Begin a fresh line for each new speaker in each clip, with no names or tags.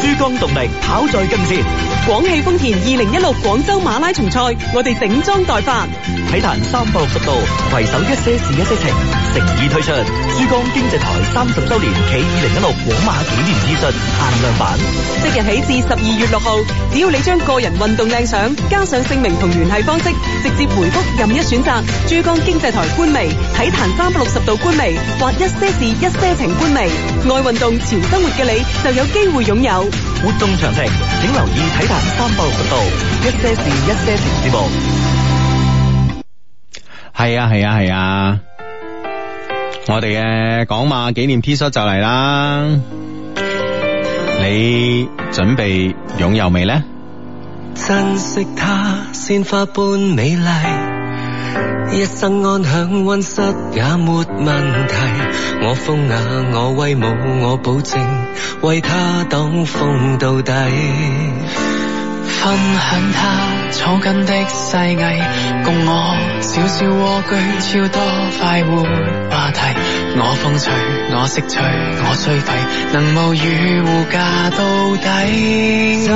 珠江動力跑在更前。
廣汽豐田二零一六廣州馬拉松賽，我哋整裝待發。
體壇三百六十度，攜手一些事一些情，誠意推出珠江經濟台三十周年暨二零一六廣馬紀念 T 恤限量版。
即日起至十二月六號，只要你將個人運動靚相加上姓名同聯繫方式，直接回覆任一選擇珠江經濟台官微、體壇三百六十度官微或一些事一些情官微，愛運動潮生活嘅你就有機會擁有。
活動詳情請留意體壇三百六十度一些事一些情節目。
係啊係啊係啊！我哋嘅港馬紀念 T 恤就嚟啦，你準備擁有未呢？
珍惜它，鮮花般美麗，一生安享溫室也沒問題。我風雅，我威武，我保證為它擋風到底。
分享它草根的細藝，共我小小蝸居，超多快活話題。我風趣，我識趣，我衰廢，能無語護駕到底。
就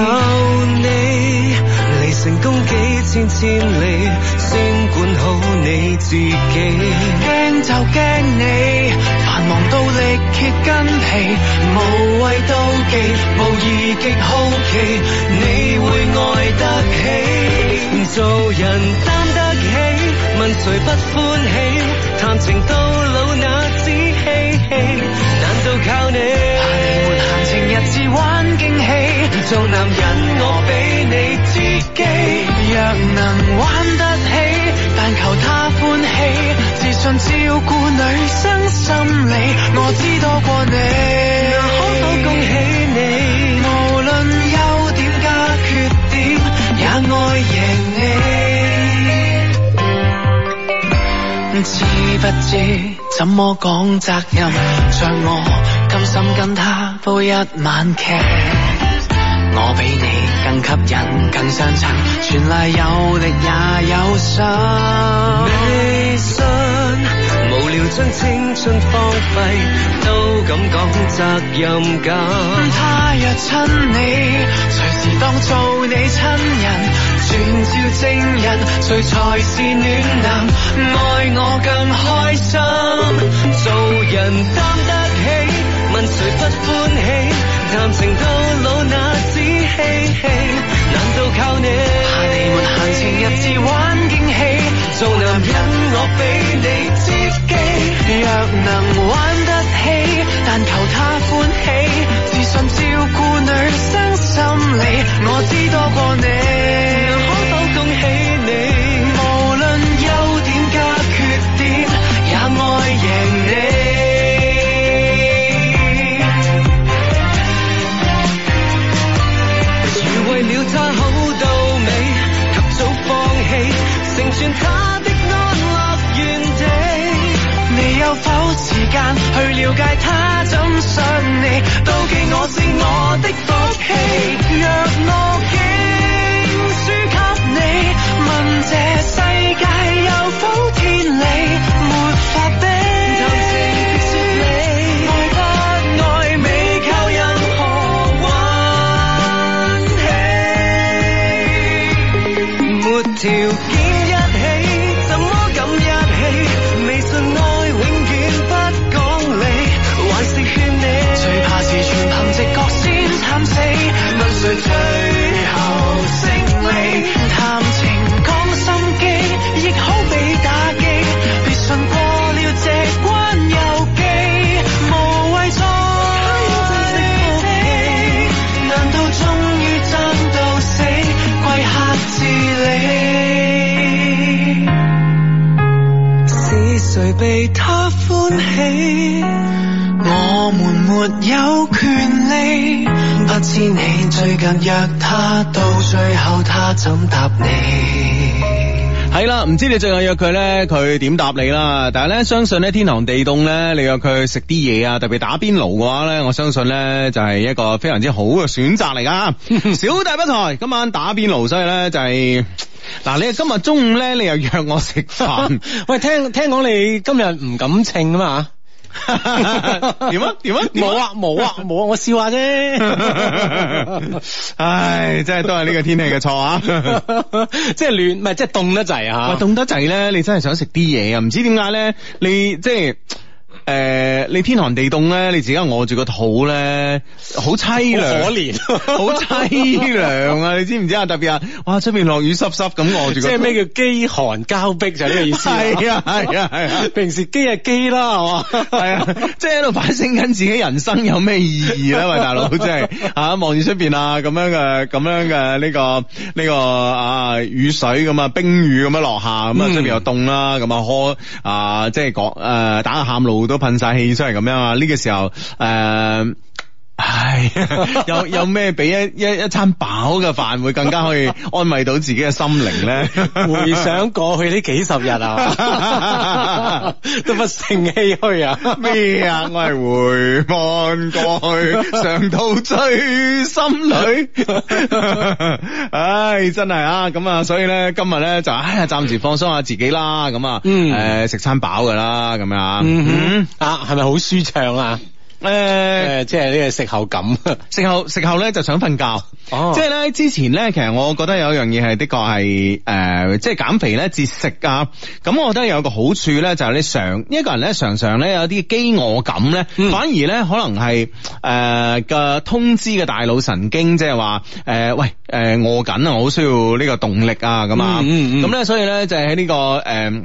你離成功幾千千里，先管好你自己。
驚就驚你，繁忙到力竭筋疲，無謂妒忌，無疑極好奇，你會愛得起。
做人擔得起，問誰不歡喜？談情到老那只嬉戲，難道靠你？
怕你沒閒情日子玩驚喜。
做男人我比你知己，
若能玩得起，但求他歡喜，自信照顧女生心理，我知多過你。
可否恭喜你？
無論優點加缺點，也愛贏你。知不知怎麼講責任？像我甘心跟他煲一晚劇。我比你更吸引，更上層，全賴有力也有心。
微信無聊將青春荒廢，都敢講責任感。
他若親你，隨時當做你親人，轉照證人，誰才是暖男？愛我更開心，
做人擔得起，問誰不歡喜？談情到老那只嬉戲，難道靠你？
怕你沒閒情日子玩驚喜，
做男人我比你知己。
若能玩得起，但求他歡喜，自信照顧女生心理，我知多過你。
可否恭喜你？
無論優點加缺點，也愛贏你。
如為了他好到尾，及早放棄，成全他的安樂園地。
你有否時間去了解他怎想你？妒忌我是我的福氣，若我竟輸給你，問這世界有否天理？沒法比，
談情的說理，
愛不愛未靠任何運氣。
沒條件一起，怎麼敢一起？未信愛永遠不講理，還是勸你。
最怕是全憑直覺先慘死，問誰最後勝利？談情講心機，亦好比打機，別信過了這關又記，無謂再地。難道終於爭到死，跪下自理？
是誰被他歡喜？
我們沒有權利，不知你最近約他，到最後他怎答你？
係啦，唔知你最近約佢咧，佢點答你啦？但係咧，相信咧天寒地凍咧，你約佢食啲嘢啊，特別打邊爐嘅話咧，我相信咧就係一個非常之好嘅選擇嚟噶。 小弟不才，今晚打邊爐，所以咧就係、嗱，你今日 中午咧，你又約我食飯，
喂，聽聽講你今日唔敢稱啊嘛？
點啊點啊點啊
冇啊冇啊冇啊，我笑下啫。
唉，真係都係呢個天氣嘅錯啊！
即係亂，唔係即係凍得滯
喂，
啊！
凍得滯咧，你真係想食啲嘢啊！唔知點解咧，你即係。誒、你天寒地凍咧，你自己餓住個肚咧，好凄涼，
好可憐
好凄涼啊！你知唔知啊？特別啊，哇，出邊落雨濕濕咁餓住個，
即係咩叫飢寒交迫就係呢個意思。
係啊係啊係啊！
平時飢係飢啦，係嘛？
係啊，即係喺度反省緊自己人生有咩意義咧？喂，大 佬，真係啊，望住出邊啊，咁樣嘅，咁樣嘅呢個呢個啊雨水咁啊，冰雨咁樣落下，咁啊
嗯
出邊又凍啦，咁啊呵啊，即係講誒打下喊路都噴晒氣出嚟咁樣啊，呢個時候誒。唉， 有有咩比一一一餐飽嘅飯會更加可以安慰到自己嘅心靈咧？
回想過去呢幾十日 啊，都不勝唏噓啊！
咩啊？我係回望過去，常到最心裏。 唉，真係啊！咁啊，所以咧，今日咧就唉，暫時放鬆下自己啦。咁啊，
嗯
誒食餐飽噶啦，咁樣啊。
嗯哼，啊，係咪好舒暢啊？
誒
誒，即係呢個食後感。
食後食後咧就想瞓覺，
哦
即係咧之前咧，其實我覺得有一樣嘢係的確係誒，呃即係減肥咧節食啊。咁我覺得有個好處咧，就係你常一個人咧常常咧有啲飢餓感咧，
嗯
反而咧可能係誒嘅通知嘅大腦神經，即係話誒喂誒餓緊啊，我好需要呢個動力啊咁啊。
嗯嗯嗯
咁咧所以咧就係喺呢個誒。呃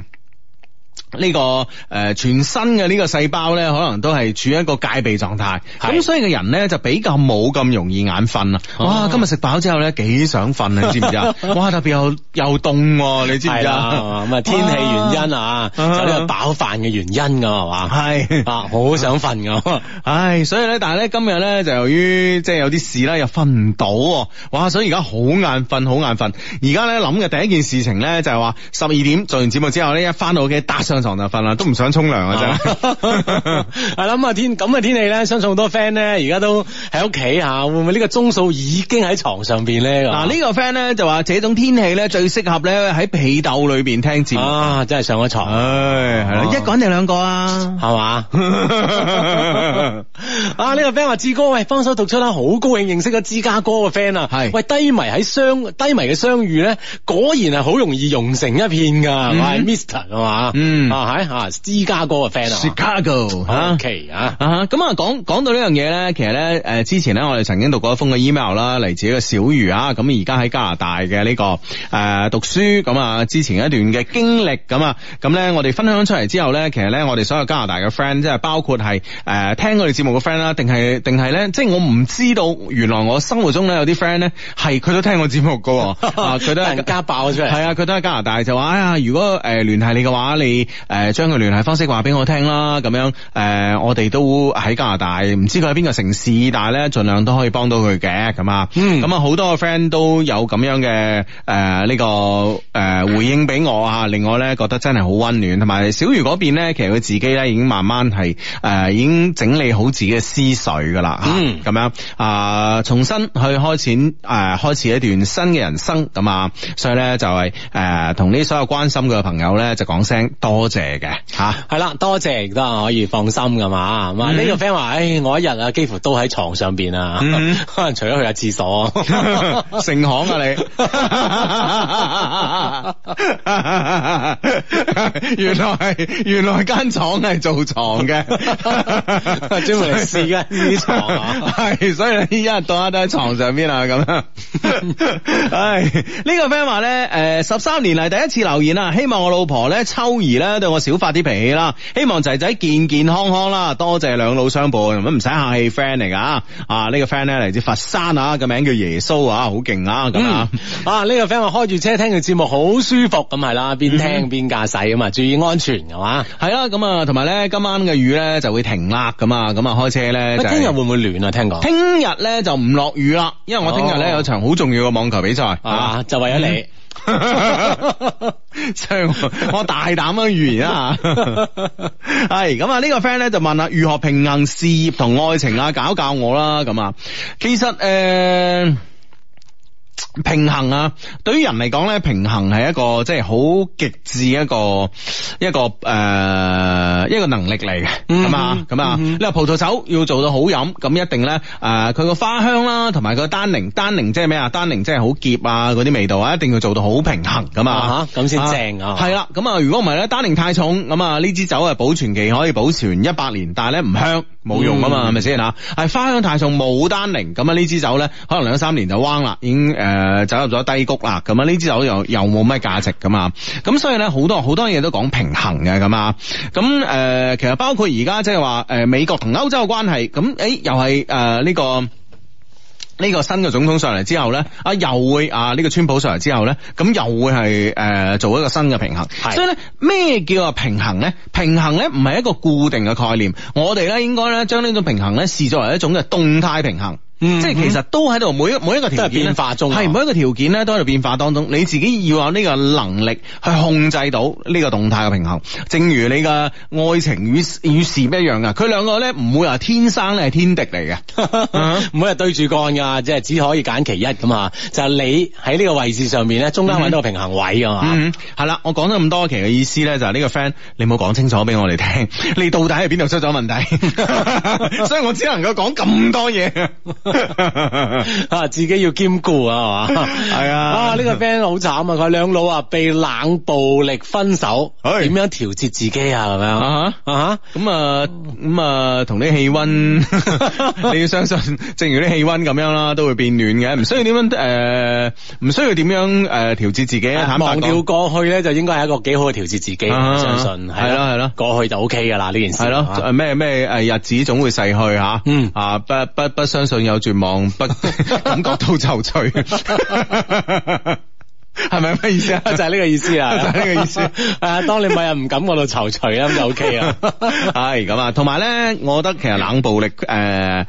呢、個誒、呃全身嘅呢個細胞咧，可能都係處於一個戒備狀態，
係
咁所以個人咧就比較冇咁容易眼瞓啊！哇，今日食飽之後咧幾想瞓啊，你知唔知啊？哇，特別又又凍喎，你知唔
係
知
啦
啊？，
咁啊天氣原因啊，就呢個飽飯嘅原因噶係嘛？
係。
啊，好想 瞓噶。
唉，所以咧，但係咧，今日咧就由於即係有啲事啦，又瞓唔到喎，哇！所以而家好眼瞓，好眼瞓。而家咧諗嘅第一件事情咧就係話十二點做完節目之後咧，一翻到屋企搭上床就瞓啦，都唔想沖涼啊，真係。
係啦，咁啊天咁嘅天氣咧，相信好多 friend 咧而家都喺屋企吓，哎會唔會呢個鐘數已經喺床上邊咧？
嗱呢個 friend 咧就話，這種天氣咧最適合咧喺被竇裏邊聽節目。
啊，真係上咗床係
唉，係啦，
哦
一個人定兩個 啊？
嘛？啊！呢、個 friend 話志哥，喂，幫手讀出啦，好高興認識咗芝加哥嘅 friend 啊，
係
喂，低迷喺相低迷嘅相遇咧，果然係好容易融成一片噶，
嗯
係 Mr 啊嘛，
嗯
啊係啊，芝加哥嘅 friend 啊
Chicago
嘛
啊。
，OK 啊，
啊，咁啊，講講到呢樣嘢咧，其實咧，誒、之前咧，我哋曾經讀過一封嘅 email 啦，嚟自一個小魚啊，咁而家喺加拿大嘅呢、個誒、讀書，咁啊，之前一段嘅經歷，咁啊，咁咧，我哋分享出嚟之後咧，其實咧，我哋所有加拿大嘅 friend，即係包括係誒、聽我哋節目嘅 friend 啦，定係定係咧，即係我唔知道，原來我生活中咧有啲 friend 咧係佢都聽我節目噶，啊，佢都
突
係
然間爆出嚟，
係啊，佢都喺加拿大就話：哎呀，如果誒聯繫你嘅話，你誒、呃、將佢聯繫方式話俾我聽啦。咁樣誒、呃我哋都喺加拿大，唔知佢喺邊個城市，但係咧盡量都可以幫到佢嘅咁啊。
嗯
咁啊，好多個 friend 都有咁樣嘅誒呢個誒、呃回應俾我啊。另外咧，覺得真係好温暖，同埋小魚嗰邊咧，其實佢自己咧已經慢慢係誒、呃已經整理好自己嘅思緒噶啦。
嗯
咁樣啊、重新去開始誒、呃、開始一段新嘅人生咁啊，所以咧就係誒同呢所有關心佢嘅朋友咧就講聲多謝嘅吓。
係啦，多謝亦都係可以放心噶嘛。咁啊，呢個 friend 話：，唉，我一日啊，幾乎都喺床上邊啊，
嗯
可能除咗去下廁所。
成行啊你，原來係原來間廠係做床嘅，
專門嚟試嘅呢啲床啊
係所以你一日到黑都喺床上邊啊咁 樣。唉，呢個 friend 話咧，誒十三年嚟第一次留言啊，希望我老婆咧秋兒咧對我少發啲脾氣啦，希望仔仔健健康康啦，多謝兩老相伴，咁唔使客氣，friend 嚟噶啊，呢個 friend 咧嚟自佛山啊，個名叫耶穌啊，好勁啊咁啊。
啊！呢、個 friend 話開住車聽佢節目好舒服咁係啦，
嗯
邊聽邊駕駛咁啊，注意安全係嘛？
係啦，咁啊，同埋咧，今晚嘅雨咧就會停啦，咁啊，咁啊，開車咧
喂
就係
聽日會唔會暖啊？聽講
聽日咧就唔落雨啦，因為我聽日咧
哦
有場好重要嘅網球比賽
啊，就為咗你。
即係我我大膽咁預言啊！ 係咁啊，呢個 friend 咧就問啦，如何平衡事業呃同愛情啊？搞教我啦咁啊！其實誒。平衡啊，對於人嚟講咧，平衡係一個即係好極致一個一個誒、呃一個能力嚟嘅，
嗯
咁啊咁啊，你話葡萄酒要做到好飲，咁一定咧誒佢個花香啦，同埋佢個單寧，單寧即係咩啊？單寧即係好澀啊嗰啲味道啊，一定要做到好平衡咁
啊
啊，
哈咁先正啊
係啦，咁啊如果唔係咧，單寧太重，咁啊呢支酒啊保存期可以保存一百年，但係咧唔香冇用啊嘛，係咪先啊？係花香太重冇單寧，咁啊呢支酒咧可能兩三年就彎啦，已經誒、呃走入咗低谷啦，咁啊呢支酒又又冇乜價值噶嘛，咁所以咧好多好多嘢都講平衡嘅咁啊，咁誒、呃其實包括而家即係話誒美國同歐洲嘅關係，咁誒、又係誒呢個。呢個新嘅總統上嚟之後咧，啊又會啊呢、個川普上嚟之後咧，咁又會係誒、呃做一個新嘅平衡。所以咧，咩叫做平衡咧？平衡咧唔係一個固定嘅概念，我哋咧應該咧將呢種平衡咧視作為一種嘅動態平衡。
嗯
即係其實都喺度每一每一個條件咧
都係變化中啊
係每一個條件咧都喺度變化當中，你自己要有呢個能力去控制到呢個動態嘅平衡。正如你嘅愛情與與事業一樣噶，佢兩個咧唔會話天生咧係天敵嚟嘅。嗯
唔好係對住幹噶，即係只可以揀其一咁啊！就係你喺呢個位置上面咧，中間揾到個平衡位啊嘛。
嗯，系啦，我講咗咁多期嘅意思咧，就係呢個 friend，你冇講清楚俾我哋聽， 你到底係邊度出咗問題？ 所以我只能夠講咁多嘢。
啊，自己要兼顧啊，係嘛？
係啊
啊呢個 friend 好慘啊！佢話兩老啊被冷暴力分手，
唉
點樣調節自己啊？咁樣
哎啊哈
啊
咁啊，咁啊，同啲氣温， 你要相信，正如啲氣温咁樣啦，都會變暖嘅，唔需要點樣诶，唔、需要點樣诶调节自己，
哈
坦白
啊忘掉
講。
過去咧，就應該係一個幾好嘅調節自己，
啊
我相信
係咯係咯
過去就 O K 噶啦呢件
系
事。
咯，
啊
誒咩咩诶日子總會逝去吓，
嗯
啊不不不相信有絕望， 不感覺到愁緒， 係咪咩意 思啊？
就係呢個意思啦，
就係呢個意思
啊，當你每日唔感覺到躊躇啦，咁就 O K 啊。
係咁啊，同埋咧，我覺得其實冷暴力诶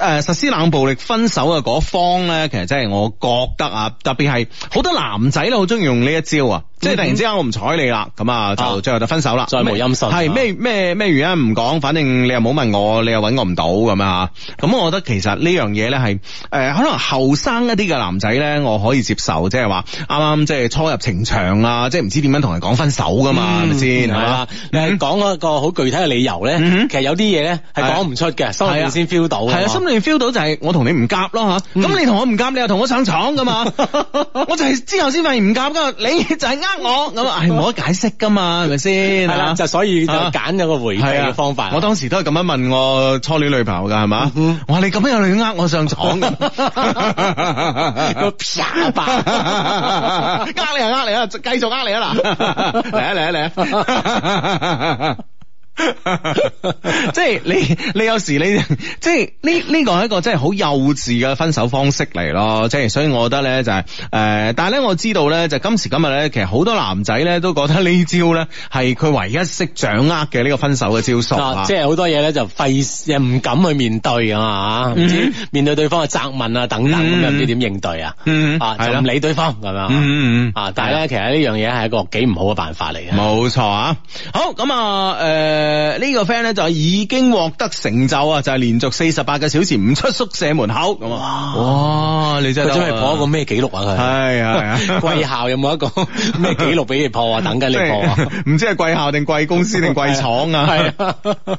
诶实施冷暴力分手嘅嗰方咧，其實真係我覺得啊，特別係好多男仔咧，好中意用呢一招啊，即係突然之間我唔睬你啦，咁啊
嗯啊
就最後就分手啦，
再無音訊啊
係咩咩咩原因唔講，反正你又冇問我，你又揾我唔到咁啊，咁我覺得其實呢樣嘢咧係诶可能後生一啲嘅男仔咧，我可以接受，即係話啱啱即係初入情場啊，即係唔知點樣同人講分手噶嘛，係咪先？
啊嗯係
係嘛
啦，嗯你係講嗰個好具體嘅理由咧，
嗯
其實有啲嘢咧係講唔出嘅，心裏
係啊
面先 feel 到㗎嘛。嗯
係啊，心裏面 feel 到就係我同你唔夾咯吓，咁你同我唔夾，你又同我上床噶 嘛，我就係之後先發現唔夾噶，你就係呃我咁 啊，係冇得解釋噶嘛，係咪
係
先？
啦，就所以就
啊
揀咗個回避
係啊
嘅方法。嗯
我當時都係咁樣問我初戀女朋友㗎，係嘛？我話你咁樣你呃我上 床咁，
個啪吧
呃你啊呃你啊，繼續呃你 啊嗱，嚟啊嚟啊 嚟啊！即係你，你有時你 即係呢呢個係一個真係好幼稚嘅分手方式嚟咯，即係所以我覺得咧就係、誒、但係咧我知道咧就今時今日咧，其實好多男仔咧都覺得呢招咧係佢唯一識掌握嘅呢個分手嘅招數
啊
啊，
即係好多嘢咧就費事唔敢去面對啊嘛，
嗯
唔知面對對方嘅責問啊等等咁樣，唔知點應對啊，
嗯
啊
係
就
啦
唔理對方咁樣。
嗯嗯嗯
啊，但係咧，其實呢樣嘢係一個幾唔好嘅辦法嚟嘅。
冇錯啊！好咁啊，誒、呢、個 friend 咧就已經獲得成就啊，就係、連續四十八個小時唔出宿舍門口咁啊！哇，你真
佢
係
準備破一個
個
咩紀錄啊？
係啊
佢
係啊，
貴校有冇一個咩紀錄俾你破啊？等緊
即
你破啊！
係唔知係貴校定貴公司定貴廠啊？
係啊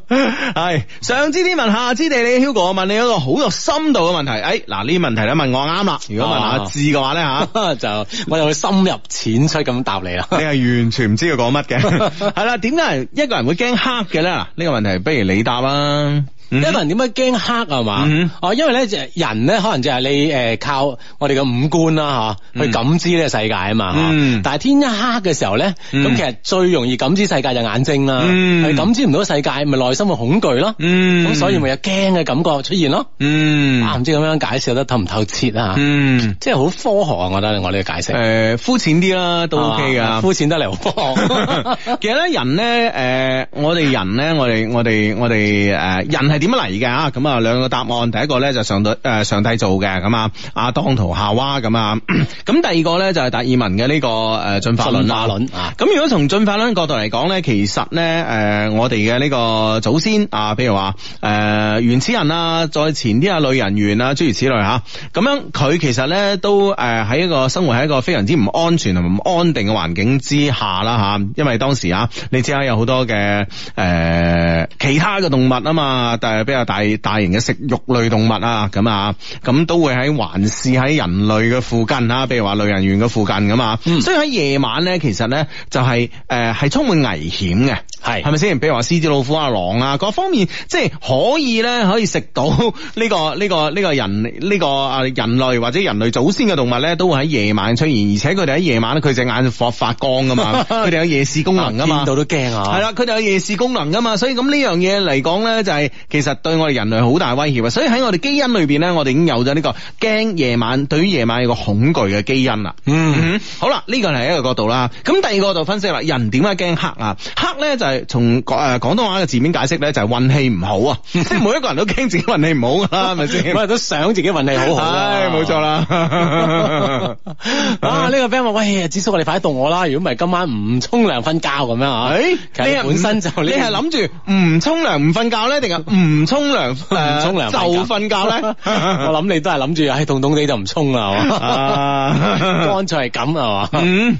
係上知天文下知地理，Hugo 我問你一個好有深度嘅問題。誒、嗱呢啲問題咧問我啱啦，如果問阿志嘅話咧嚇。
啊就我就會深入淺出咁答你啦。
你係完全唔知佢講乜嘅， 係啦？點解一個人會驚黑嘅咧？嗱，呢個問題不如你答啦。
一
嗯
個人點解驚黑係嘛
嗯？
哦，因為咧就係人咧可能就係你誒靠我哋嘅五官啦嚇，去
嗯
感知呢個世界啊嘛。
嗯
嚇但係天一黑嘅時候咧，
嗯
咁其實最容易感知世界就眼睛啦。
嗯
係感知唔到世界，咪內心嘅恐懼咯。
嗯
咁所以咪有驚嘅感覺出現咯。
嗯
啊，唔知咁樣解釋得透唔透徹啊？
嗯
即係好科學啊！我覺得我呢個解
誒
釋
膚淺啲啦，都 OK
啊
噶。
膚淺得 嚟好科學。
其實咧，人咧，誒、我哋人咧，我哋我哋我哋誒、人係係點樣嚟嘅啊？咁啊，兩個答案，第一個咧就上帝誒、呃上帝做嘅咁啊，阿當圖夏娃咁啊，咁第二個咧就係達爾文嘅呢、個誒進化論
進
啦
化。論啊，
咁如果從進化論角度嚟講咧，其實咧誒、呃我哋嘅呢個祖先啊，譬如話誒、呃原始人啊，再前啲啊類人猿啊，諸如此類吓，咁樣佢其實咧都誒喺、一個生活喺一個非常之唔安全同埋唔安定嘅環境之下啦吓、因為當時啊，你知啦有好多嘅誒、呃其他嘅動物啊嘛，但係比較大大型嘅食肉類動物啊，咁啊，咁都會喺環視喺人類嘅附近啊，譬如話類人猿嘅附近咁啊，所以喺夜晚咧，其實咧就係誒係充滿危險嘅。
係
係咪先？譬如話獅子、老虎啊、狼啊，各方面即係可以咧，可以食到 呢、個呢、個呢、個人呢、個啊人類或者人類祖先嘅動物咧，都會喺夜晚出現，而且佢哋喺夜晚咧，佢隻眼發發光噶 嘛，佢哋有夜視功能噶嘛
見。到都驚啊，
係，啦，佢哋有夜視功能噶嘛，所以咁呢樣嘢嚟講咧，就係、其實對我哋人類好大威脅啊！所以喺我哋基因裏邊咧，我哋已經有咗呢個驚夜晚對於夜晚有個恐懼嘅基因啦。
嗯
嗯，好啦，呢個係一個角度啦。咁第二個角度分析啦，人點解驚黑啊？黑咧就係從誒廣東話嘅字面解釋咧，就係運氣唔好 啊，即係每一個人都驚自己運氣唔好噶啊啦，係咪先？
我都想自己 運氣好好啊。
唉，嗯冇錯。啦
啊！呢、個 friend 話：喂，子叔，你快啲到我啦！如果唔係，今晚唔沖涼瞓覺咁樣啊！
诶，
其實本身就
哎你係諗住唔沖涼唔瞓覺咧，定係唔沖涼
唔
誒
沖 涼？
就瞓覺咧
哦我諗你都係諗住，唉，凍凍地就唔沖啦，係嘛？
啊
乾脆係咁係嘛？
嗯。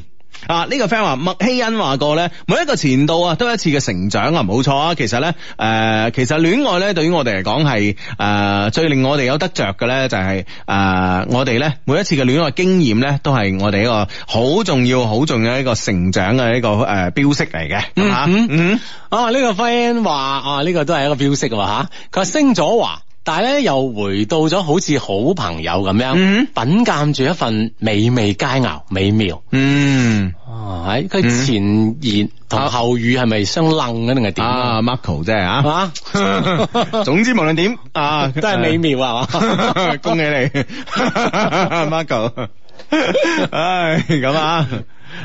啊！呢、個 friend 話麥希恩話過咧，每一個前度啊，都有一次嘅成長啊，冇錯啊。其實咧，誒、其實戀愛咧，對於我哋嚟講係誒最令我哋有得着嘅咧，就係、呃我哋咧每一次嘅戀愛經驗咧，都係我哋一個好重要、好重要嘅一個成長嘅一個誒、呃、標識嚟嘅，咁啊
嗯
嗯
啊，呢、個 friend 話啊，呢、個都係一個標識喎吓，佢話升咗華。但係咧，又回到咗好似好朋友咁樣，
嗯
品鑑住一份美味佳肴、美妙。
嗯。
啊，喺佢前言同後語係咪相楞嘅定係點
啊，Marco 啫啊，
啊，
總之無論點 啊，
都係美妙啊！
呃， 恭喜你，Marco。唉，咁啊。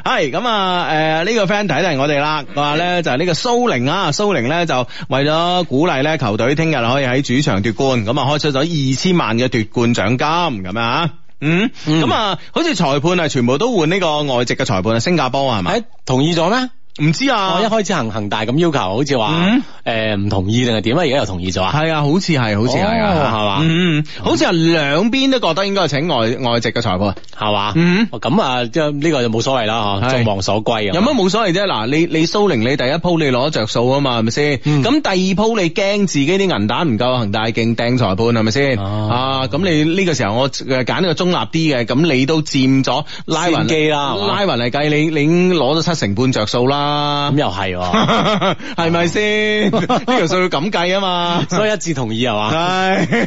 係咁啊！誒、呢、個 friend 睇嚟我哋啦，話咧就係呢個蘇寧啊，蘇寧咧就為咗鼓勵咧球隊聽日可以喺主場奪冠，咁啊開出咗二千萬嘅奪冠獎金咁啊，嗯，
嗯
咁啊、好似裁判啊，全部都換呢個外籍嘅裁判啊，新加坡係咪？
誒，同意咗咩？
唔知啊，
哦我一開始行恒大咁要求，好似話
嗯
誒唔同意定係點啊？而家又同意咗啊？
系啊，好似係，好似係啊，
哦係嘛
嗯，嗯好似係兩邊都覺得應該係請外外籍嘅裁判。
係嘛？
嗯
哦咁啊，即係呢個就冇所謂啦嚇，
係
眾望所歸啊！
有乜冇所謂啫？嗱，你你蘇寧你第一鋪你攞着數啊嘛，係咪先？咁、
嗯
第二鋪你驚自己啲銀蛋唔夠恒大勁掟裁判係咪先？
哦
啊，咁你呢個時候我誒揀呢個中立啲嘅，咁你都佔咗拉
先
雲
機啦係嘛
拉雲嚟計你你已經攞咗七成半着數啦
咁，又係喎，
係咪 先？呢條數要咁計啊嘛，
所以一致同意係 嘛？
係。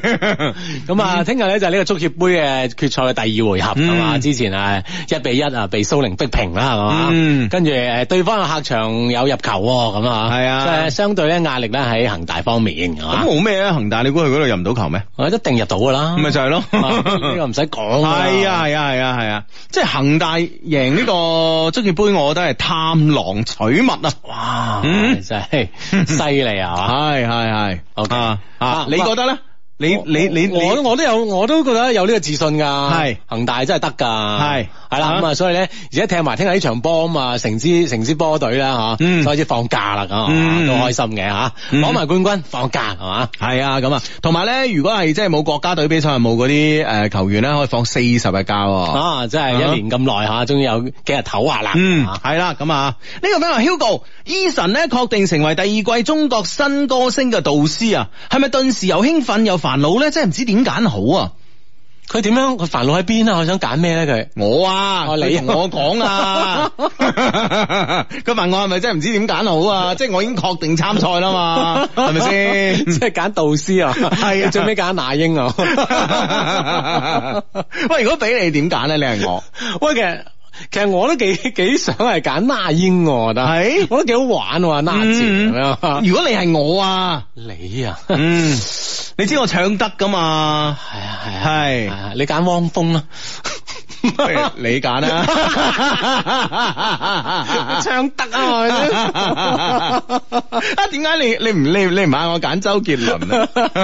咁啊，聽日咧就係呢個足協杯嘅決賽嘅第二回合係嘛？
嗯
之前啊一比一啊被蘇寧逼平啦係嘛
嗯？
跟住誒對方嘅客場有入球喎咁啊，
係啊
即係相對咧壓力咧喺恒大方面係嘛
咁？冇咩啊，恒大你估佢嗰度入唔到球咩？
我一定入到噶啦，
咪就係咯
啊呢個唔使講㗎啦。
係啊係啊係啊係啊！即係恒大贏呢個足協杯，我覺得係貪狼取物啊！
哇，
嗯
真係犀利啊！
係係係
OK
啊
啊
啊！你覺得咧？你你你你
我我都有，我都覺得有呢個自信㗎。
係
恒大真係得㗎。
係
係啦，咁啊，所以咧，而家踢埋聽日呢場波啊嘛，成支成支波隊啦嚇，
嗯
開始放假啦咁啊，
嗯
都開心嘅嚇，
嗯
攞埋冠軍放假係嘛？
係啊，咁啊，同埋咧，如果係即係冇國家隊比賽冇嗰啲誒球員咧，可以放四十日假喎。
啊，真係一年咁耐嚇，終於有幾日唞下啦。
嗯，
啊
係啦，咁啊，呢個 friend 話 Hugo，Eason 咧確定成為第二季中國新歌星嘅導師啊，係咪頓時又興奮又煩惱咧？真係唔知點揀好啊！
佢點樣？佢煩惱喺邊啊？佢想揀咩咧？佢
我啊，
哦你
佢同我講 啊，佢問我係咪真係唔知點揀好 啊？即係我已經確定參賽啦嘛，啊係咪先？
即係揀導師啊？
係啊
最尾揀那 英啊！
喂，如果俾你點揀咧？你係啊我，
喂，其實其實我都幾幾想係揀那英喎，我覺得
係
我覺得幾好玩喎，那字咁樣。
如果你係我啊，
你啊，係
嗯，你知我唱得噶嘛？
啊係啊
係
係啊，你揀汪峰啦，
不如 你揀啊啦，
唱得 啊係咪先
啊，點解你你唔你你唔嗌我揀周杰倫啊？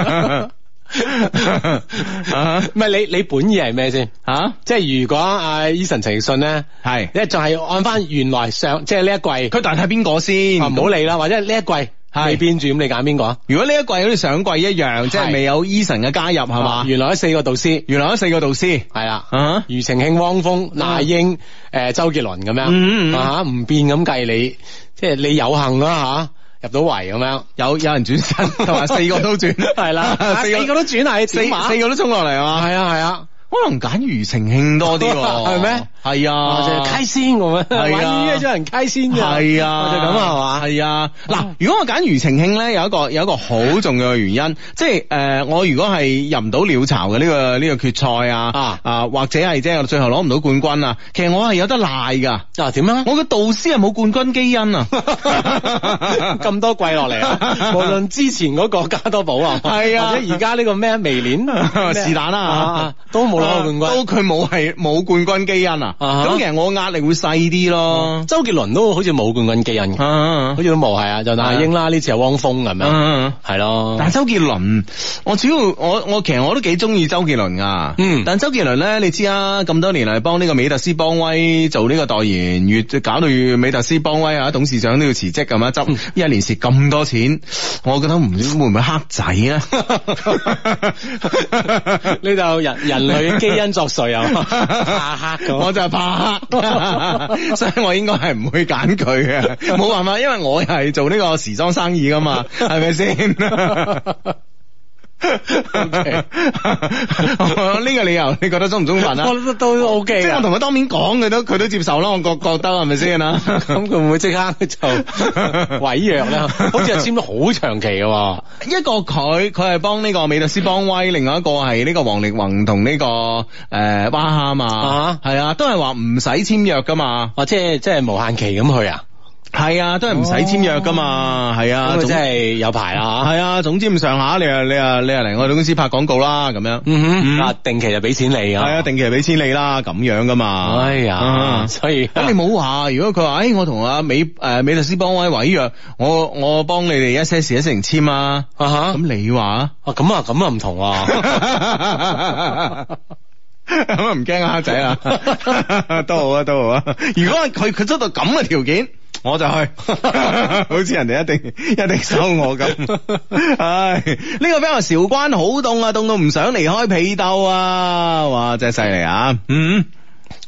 啊
唔係你你本意係咩先？
吓，
即係如果阿 Eason 陳奕迅咧，
係
你就係按翻原來上即係呢一季，
佢但係邊個先？
啊唔好理啦，或者呢一季
係
未變住咁，你揀邊個啊？
如果呢一季好似上季一樣，即係
係
未有 Eason 嘅加入係嘛
啊？原來有四個導師
原來有四個導師，
係啦
啊，
庾澄慶、汪峰、那英、誒周傑倫咁
嗯嗯嗯
樣啊，唔變咁計你，即係你有幸啦嚇入到圍咁樣。
有有人轉 身，同埋四個都轉，，
係啦啊四個都轉 係
四四個都衝落嚟啊！
係啊係啊，
可能揀庾澄慶多啲喎，
係咩？
係啊，
或者開心咁樣，
係啊
玩音樂就很開心嘅，
係啊，
就咁啊係嘛，
係啊，嗱，如果我揀庾澄慶咧，有一個有一個好重要嘅原因，即係誒、呃我如果係入唔到鳥巢嘅呢、個呢、個決賽啊，
啊
或者係即係我最後攞唔到冠軍啊，其實我係有得賴噶，
啊點樣？
我嘅導師係冇冠軍基因啊，
咁多季落嚟啊！無論之前嗰個加多寶啊，
係啊
或者而家呢個咩微鏈咩
是但啦
啊都冇攞過冠軍。
都佢冇係冇冠軍基因啊，咁、
啊哈
其實我壓力會細啲咯，
周杰倫都好似冇冠軍基因嘅，
啊
好似都冇係啊，就那英啦，呢次係汪峰咁樣，
啊
係咯
但。周杰倫，我主要我我其實我都幾中意周杰倫噶，
嗯
但周杰倫咧，你知啊，咁多年嚟幫呢個美特斯邦威做呢個代言，越搞到越美特斯邦威啊，董事長都要辭職咁啊，
嗯
執一年蝕咁多錢，我覺得唔知會唔會黑仔 啊？
呢度人人類基因作祟啊，怕黑
我
咁。
就係怕黑， 所以我應該係唔會揀佢嘅，冇辦法，因為我係做呢個時裝生意噶 嘛，係咪先？ 呢個理由你覺得中唔中分啊
我？覺得都 OK
即係我
㗎
同佢當面講，佢都佢都接受啦，我覺覺得係咪先 啊？
咁佢會唔會即刻就違約咧？好似係簽咗好長期嘅喎。
一個佢佢係幫呢個美特斯邦威，另外一個係呢個王力宏同呢、個誒、呃、娃哈嘛
啊，
係啊，都係話唔使簽約噶嘛，
哦，即係即係無限期咁去啊？
係啊，都係唔使簽約噶嘛，係啊，
哦咁佢
總
真係有排啦嚇。
係啊，總之咁上下，你啊你啊你啊嚟我哋公司拍廣告啦，咁樣，
嗯
嗯
哼，啊定期就俾錢你
係
啊。
啊，定期俾錢你啦，咁樣噶嘛，
哎呀，
啊
所以
咁你冇話，如果佢話，誒，哎我同阿美誒美律師幫位委約，我我幫你哋一些事一些情簽啊，
啊吓
咁你話？
啊咁啊咁啊唔同喎。
咁啊唔驚黑仔 啦，都好啊都好啊。如果佢佢出到咁嘅條件，我 就去，好似人哋一定一定收我咁。唉，呢、個 friend 話韶關好凍啊，凍到唔想離開被竇啊！哇，真係犀利啊！嗯，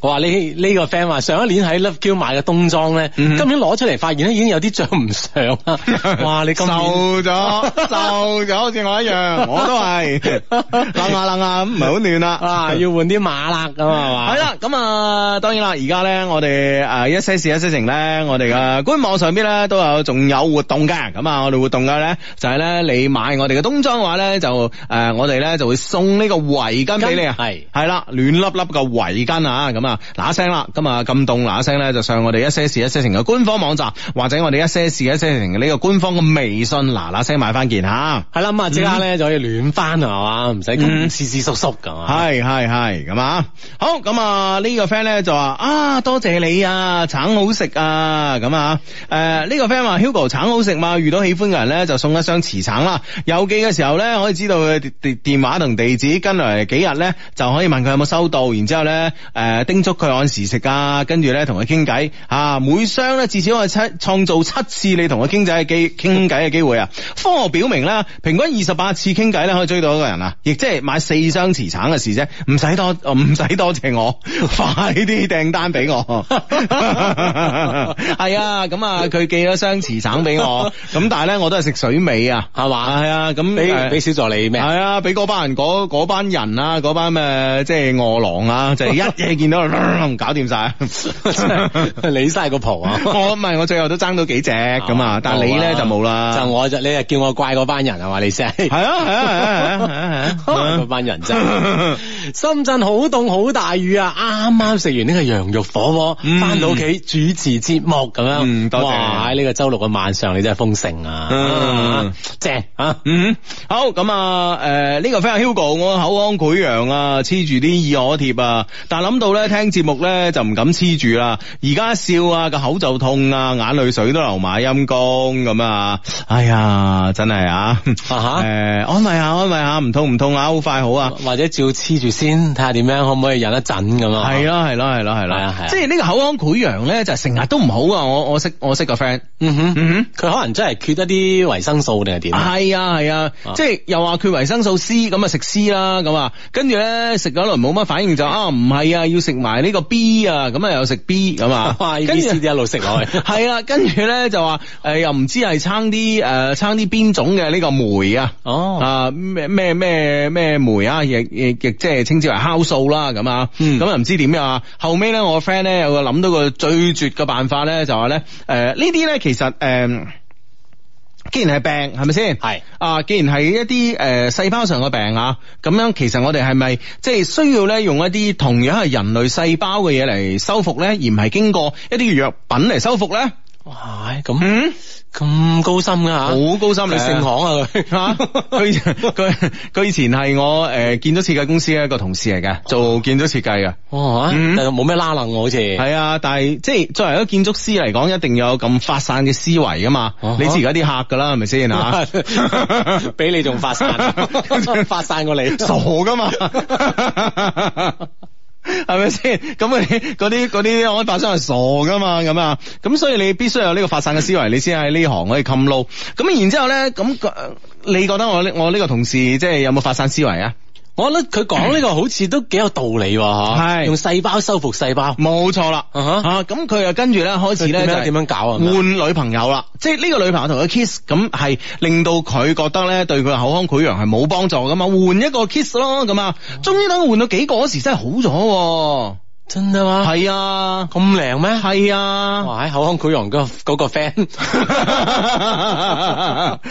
我話呢呢個 friend 話上一年喺 Love Q 買嘅冬裝咧，
嗯哼
今年攞出嚟發現咧已經有啲着唔上啦。 哇！你今年
瘦咗，瘦咗，好似我一樣，我都係 冷下冷下咁，唔係好暖啦
啊要換啲馬勒咁係嘛？
系啦，咁啊，當然啦，而家咧，我哋诶一些事一些情咧，我哋嘅官網上邊咧都有仲有活動嘅，咁啊，我哋活動嘅咧就係咧，你買我哋嘅冬裝嘅話咧，就诶我哋咧就會送呢個圍巾俾你啊，
係
係啦，暖粒粒嘅圍巾啊，咁啊嗱一聲啦，咁啊咁凍嗱一聲咧，就上我哋一些事一些情嘅官方網站，或者我哋一些事一些情嘅呢個官方嘅微信嗱嗱聲買翻件吓。
係啦，咁啊即刻咧就可以暖翻係嘛，唔使
嗯
咁斯斯縮縮㗎嘛。
系系系咁啊！好咁啊，呢個 friend 咧就話啊，多謝你啊，橙好食啊，咁啊，诶、呢、個 friend 話 Hugo 橙好食嘛，遇到喜歡嘅人咧就送一箱磁橙啦。郵寄嘅時候咧可以知道佢電電話同地址，跟嚟幾日咧就可以問佢有冇收到，然之後咧诶、誒呃叮囑佢按時食啊，跟住咧同佢傾偈啊，每箱咧至少可以七創造七次你同佢傾偈嘅機傾偈嘅機會啊。科學表明啦，平均二十八次傾偈咧可以追到一個人啊，亦即係買四箱磁橙嘅事啫，唔使多唔使多謝我， 快啲訂單俾 我。係啊，咁啊，佢寄咗箱磁橙俾我，咁但係咧我都係食水味啊，
係嘛
係啊，咁
俾
誒
俾小助理 咩？
係啊，俾嗰班人嗰嗰班人啊，嗰班咩即係餓狼啊，就係一 嘢見到 搞掂晒。
你晒個蒲啊！
我唔係我最後都爭到幾隻咁啊，但係你咧就冇啦。
哦就我就你係叫我怪嗰班人係嘛？你先係
係啊係啊係啊係啊係啊
嗰班人真係，深圳好凍好大雨啊！啱啱食完呢個羊肉火
嗯
鍋，翻到屋企主持節目咁樣，
嗯多謝
哇！喺呢個周六嘅晚上，你真係豐盛啊！
嗯
啊正啊！
嗯，好咁啊，誒、呢、個 friend Hugo，我口腔潰瘍啊，黐住啲耳可貼啊，但係諗到咧聽聽節目咧就唔敢黐住啦，而家一笑啊個口就痛啊，眼淚水都流埋，陰公咁啊！哎呀，真係啊，
啊哈
誒安慰下安慰下，唔痛唔痛啊，好快好啊！
或者照黐住先，睇下點樣可唔可以忍一陣咁啊？
係，啦係啦係啦係
係
啦
啊係啊，
即係呢個口腔潰瘍咧就成日都唔好啊！我我識我識個 friend，
嗯哼，
嗯哼。
佢可能真係缺一啲維生素定係 點啊？
係啊係啊
啊，
即係又話缺維生素 C，咁啊食 C 啦，咁啊，跟住咧食咗輪冇乜反應 就啊唔係啊，要食埋呢個 B 啊，咁啊又食 B 咁 啊
哇，呢
跟
啲
住
先至一路食落 去。
係啦，跟住咧就話誒又唔知係撐啲誒撐啲邊種嘅呢個酶啊。
哦，
啊咩咩咩咩酶啊，亦亦亦即係稱之為酵素啦，咁啊，
嗯
咁啊唔知點樣啊。後尾咧，我個 friend 咧有個諗到個最絕嘅辦法咧，就話咧，誒呢啲咧其實誒。既然係病，係咪先？
係
啊，既然係一啲誒細胞上嘅病啊，咁樣其實我哋係咪即係需要咧用一啲同樣係人類細胞嘅嘢嚟修復咧，而唔係經過一啲藥品嚟修復咧？
哇，咁
嗯。
咁高深噶吓，
好高深
你
嘅
姓行 啊佢
啊！ 佢佢佢以前係我誒建築設計公司嘅一個同事嚟嘅，做建築設計嘅。
哦，啊
嗯
但係冇咩拉楞喎，好似係
係啊，但係即係作為一個建築師嚟講，一定有咁發散嘅思維噶嘛。
啊哈
你知而家啲客噶啦，係咪 先啊？
比你仲 發散，發散過你，
傻噶嘛？係咪先？咁嗰啲嗰啲嗰啲開發商係傻噶嘛？咁啊，咁所以你必須有呢個發散嘅思維，你先喺呢行可以冚路。咁然之後咧，咁呃你覺得我呢我呢個同事即係有冇發散思維啊？
我覺得佢講呢個好似都幾有道理喎，嚇
係
用細胞修復細胞，
冇錯啦，
啊哈
啊咁佢啊跟住咧開始咧
佢點樣
就係
點樣搞啊
換女朋友啦，即係呢個女朋友同佢 kiss，咁係令到佢覺得咧對佢口腔潰瘍係冇幫助噶嘛，換一個 kiss 咯咁啊，終於等佢換到幾個嗰時真係好咗
真啊
喎，
嘛，
係啊，
咁靚咩？
係啊。
哇！喺口腔潰瘍嗰嗰 個 friend，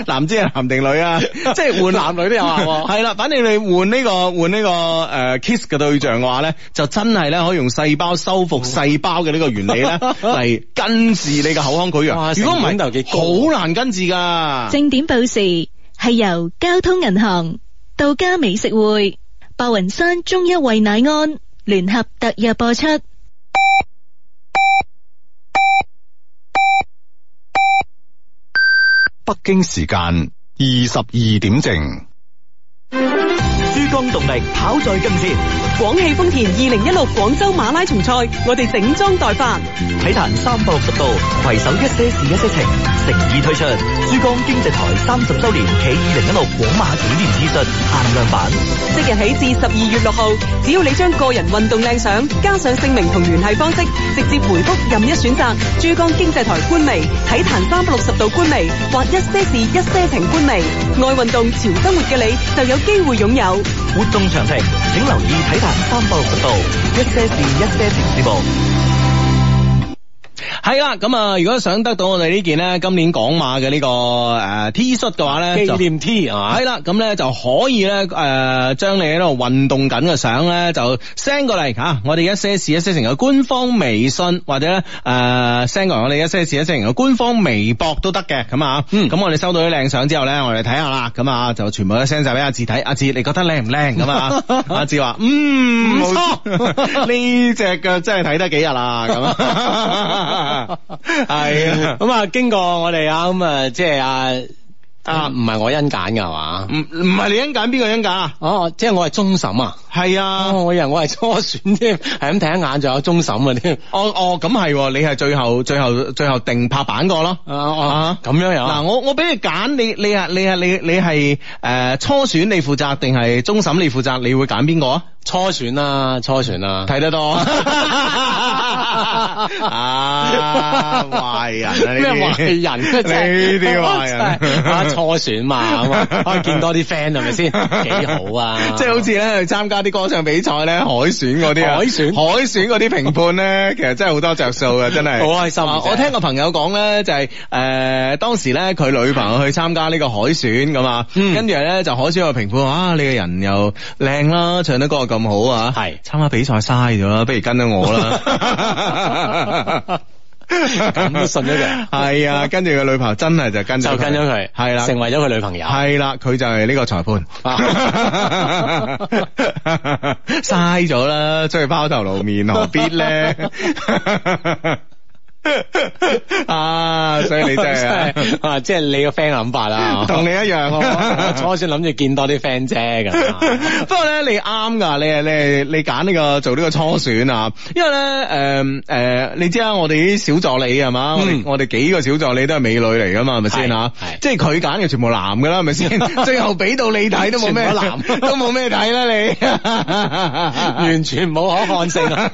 男知係男定女啊？ 即係換
男女都有 啊喎
係啦，反正你換呢、個換呢、個誒、呃 kiss 嘅對象嘅話咧，就真係咧可以用細胞修
哦
復細胞嘅呢個原理 咧嚟根治你嘅口腔潰
哇
瘍。如果唔
成本就幾
係，
高
好難根治噶。
正點報時係由交通銀行、道家美食會、白雲山中一惠乃安聯合特約播出。
北京時間二十二點正。
珠江動力跑在更前，
廣汽豐田二零一六廣州馬拉松賽，我哋整裝待發。
體壇三百六十度，攜手一些事一些情，誠意推出珠江經濟台三十周年暨二零一六廣馬紀念 T 恤限量版。
即日起至十二月六號，只要你將個人運動靚相加上姓名同聯繫方式，直接回覆任一選擇珠江經濟台官微、體壇三百六十度官微或一些事一些情官微，愛運動、潮生活嘅你就有機會擁有。
活動詳情請留意體壇三百六十度，一些事一些情節目。
係啦，咁啊，如果想得到我哋呢件咧今年港馬嘅呢個誒 T 恤嘅話咧，就
紀念 T 係嘛
系？啊啦，咁咧就可以咧，誒、將你喺度運動緊嘅相咧，就 send 過嚟嚇、啊我哋一些事一些情嘅官方微信，或者咧誒 send 過嚟我哋一些事一些情嘅官方微博都得嘅，咁啊，
嗯
咁我哋收到啲靚相之後咧，我哋睇下啦，咁啊就全部都 send 晒俾阿志睇，阿志你覺得靚唔靚咁啊？ 阿志話嗯
唔錯
冇 錯呢只腳真係睇得幾日啦，咁啊， 係啊。
咁啊，經過我哋啊，咁啊，即係啊啊，唔係我甄揀㗎係嘛？
唔唔係你欣揀邊個欣揀啊？
哦，即係我係終審啊！
係啊，
哦，我以為我係初選添，係咁睇一眼就有終審啊添。
哦哦，咁係喎，你係最後最後最後定拍板個咯。
啊啊，咁樣樣
嗱，
啊
我我俾你揀，你你係你係你你係誒初選你負責定係終審你負責？你會揀邊個啊？哦
初選啦，啊初選啦。
睇得多 啊！壞人啊！呢啲
咩壞人啊？真係
呢啲壞人
真係啊，初選嘛，咁啊，可以見多啲 friend 係 咪先？幾好啊！
即係好似咧去參加啲歌唱比賽咧，海選嗰啲啊，
海選
海選嗰啲評判咧， 其實真係好多着數嘅，真係
好開心
啊我聽個朋友講咧，就係、呃當時咧佢女朋友去參加呢個海選咁啊，
嗯
跟住咧就海選個評判話啊，你個人又靚啦，唱得歌又咁好啊，
係
參加比賽嘥咗啦，不如跟咗我啦。
咁都信咗 佢，
系啊，跟住個女朋友真係就跟咗，
就跟咗佢，
係啦，
成為咗佢女朋友。
係啦，佢就係呢個裁判，
啊
嘥咗啦，出去拋頭露面，何必 咧？啊，所以 你真 係
啊，即係你個 friend 諗法啊啦，
同你一樣
我我 初先諗住見多啲 friend 啫 咁 啊。
不過咧，你啱噶，你係你你揀呢個做呢個初選啊，因為咧誒誒，你知啦，我哋啲小助理係嘛，我哋
嗯
我哋幾個小助理都係美女嚟噶嘛，係咪先啊
係係？
即係佢揀嘅全部男噶啦，係咪先？啊 最後俾到你睇都冇咩
全部男
都冇咩睇啦你。
完全冇可看性啊！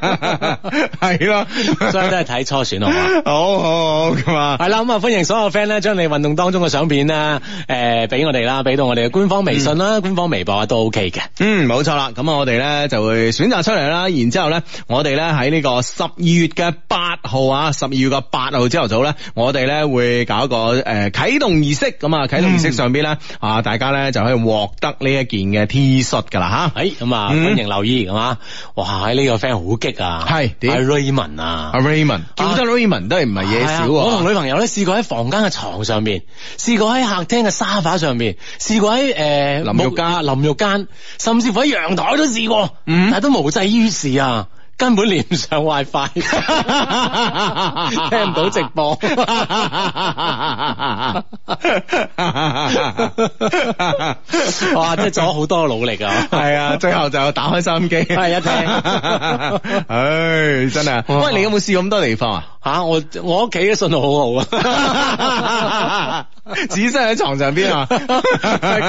係咯，
所以都係睇初選好嘛。
好好好咁啊。
係啦，咁啊，歡迎所有 friend 咧，將你運動當中嘅相片啦，誒，俾我哋啦，俾到我哋嘅官方微信啦、官方微博啊，都 OK 嘅。
嗯，冇錯啦。咁我哋咧就會選擇出嚟啦。然之後咧，我哋咧喺呢個十二月嘅八號啊，十二月嘅八號朝頭早咧，我哋咧會搞一個誒啟動儀式。咁啊，啟動儀式上邊咧、啊，大家咧就可以獲得呢一件嘅 T 恤噶啦吓。
誒，咁啊，
嗯
歡迎留意，係嘛？哇，呢個 friend 好激啊！
係點
阿 Raymond 啊
阿。Raymond 叫得 Raymond 都係唔係嘢少
係啊我同女朋友咧試過喺房間嘅床上面，試過喺客廳嘅沙發上面，試過喺誒、呃、
淋浴間
冇淋浴間，甚至乎喺陽台都試過，
嗯
但係都無濟於事啊！根本連唔上 WiFi，聽唔到直播。 哇！真係做咗好多努力啊！
係啊， 最後就打開收音機，
係一聽
唉，真係。喂，你有冇試過咁多地方啊？
吓、我我屋企嘅信號 好好啊！
只身喺床上邊啊，
各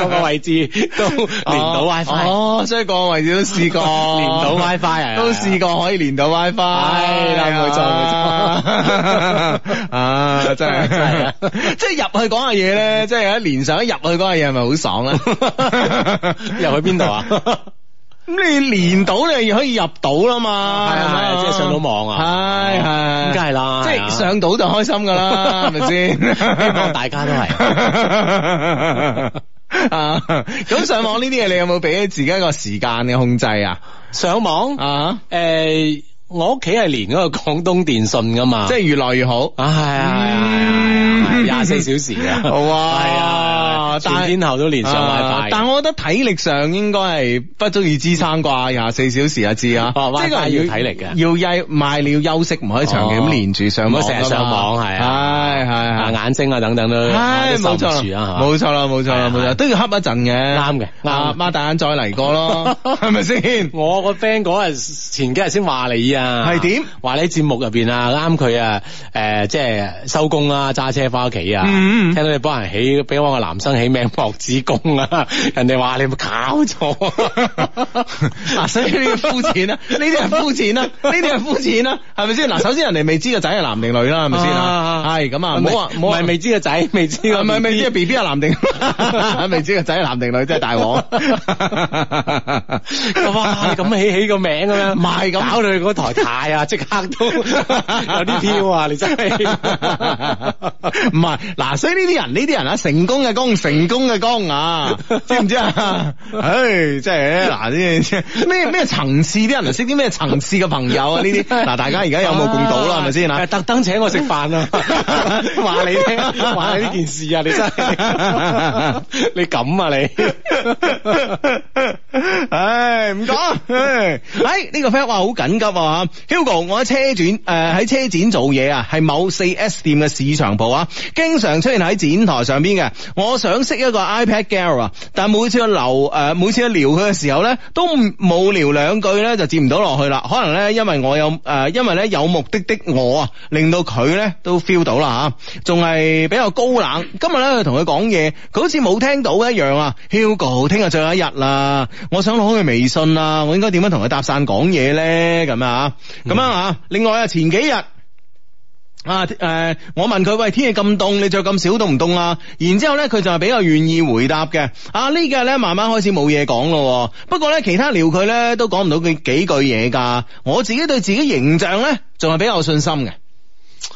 個位置都連唔到 WiFi。
哦，所以各個位置都試過
連唔到 WiFi 啊
都試過可以連到 WiFi，係哎
係啦冇錯冇
錯， 啊真係
真係啊
即係入去講下嘢咧，即係一連上一入去講下嘢，係咪好爽咧？
入去邊度啊？
咁你連到你可以入到啦嘛，
係啊
咪
係啊即係上到網啊
係係，
咁梗係啦
即
係
係
啊
上到就開心噶 啦，係咪先？
希望大家都係。
啊，咁上網呢啲嘢，你有冇俾自己一個時間嘅控制啊？
上網
啊，
誒，呃我屋企係連嗰個廣東電信噶嘛，
即係越來越好。
啊係啊係啊係啊係啊，廿四小時嘅，
好啊
係啊，
但係
全天候都連上
啊
WiFi，
但我覺得體力上應該係不足以支撐啩，廿四小時啊知啊，
哦
即係
WiFi
個人
要體力嘅
要休賣你要休息，唔可以長期咁
哦
連住上
唔
網
好
㗎嘛，
成日上網係啊，
係係係
啊眼睛啊等等都
唉，
都受
冇
唔
錯
住啊，係
啦，
嘛
冇錯啦，冇錯啦，
係
冇錯，
係
都要恰一陣嘅，
啱嘅啱
啊
嘅
擘大眼再嚟過咯， 係咪先？
我個 friend 嗰日前幾日先話你啊，
係點？
話你喺節目入邊啊，啱佢啊，誒、即係收工啦，揸車翻屋企啊，
嗯嗯
聽到你幫人起，俾我個男生起名莫子 宮啊，人哋話你有冇搞錯？
嗱，所以呢啲膚淺啦，呢啲係膚淺啦，啊呢啲係膚淺啦，係咪先？嗱，首先人哋未知個仔係男定女啦，係咪先啊？
啊
係咁啊，唔好話，唔好
唔
話
係未知個 仔，未知個
唔係未知
BB
B B 係男定， 未知個仔係男定女，真係大鑊。
哇！你咁起起個名咁樣，
唔係咁
搞到佢嗰台太啊，即刻 都有啲飄啊！你真係。
唔係嗱，所以呢啲人呢啲人啊，成功嘅功，成功嘅功啊，知唔知啊？唉，真係嗱，呢啲咩咩層次啲人啊，識啲咩層次嘅朋友啊？呢啲嗱，大家而家有目共睹啦，係咪先
啊
啊？
特登請我食 飯啊，話你聽，話你呢件事啊，你真 係你咁啊你。
唉，唔講。唉，哎呢個 friend 話好緊急啊，Hugo，我喺車展誒喺、車展做嘢啊，係某四 S 店嘅市場部啊，經常出現喺展台上邊嘅。我想識一個 iPad girl 啊，但每次去聊誒、呃每次去聊佢嘅時候咧，都唔冇聊兩句咧就接唔到落去啦。可能咧因為我有誒、呃因為咧有目的的我啊，令到佢咧都 feel 到啦嚇，仲係比較高冷。今日咧佢同佢講嘢，佢好似冇聽到一樣啊。Hugo，聽日最後一日啦，我想攞佢微信啦，我應該點樣同佢搭訕講嘢咧？咁啊，咁樣啊。另外啊，前幾日。啊誒、我問佢喂，天氣咁凍，你着咁少凍唔凍啊？然之後咧，佢就係比較願意回答嘅。啊，呢個咧慢慢開始冇嘢講咯喎。不過咧，其他聊佢咧都講唔到佢幾句嘢㗎。我自己對自己形象咧，仲係比較有信心嘅。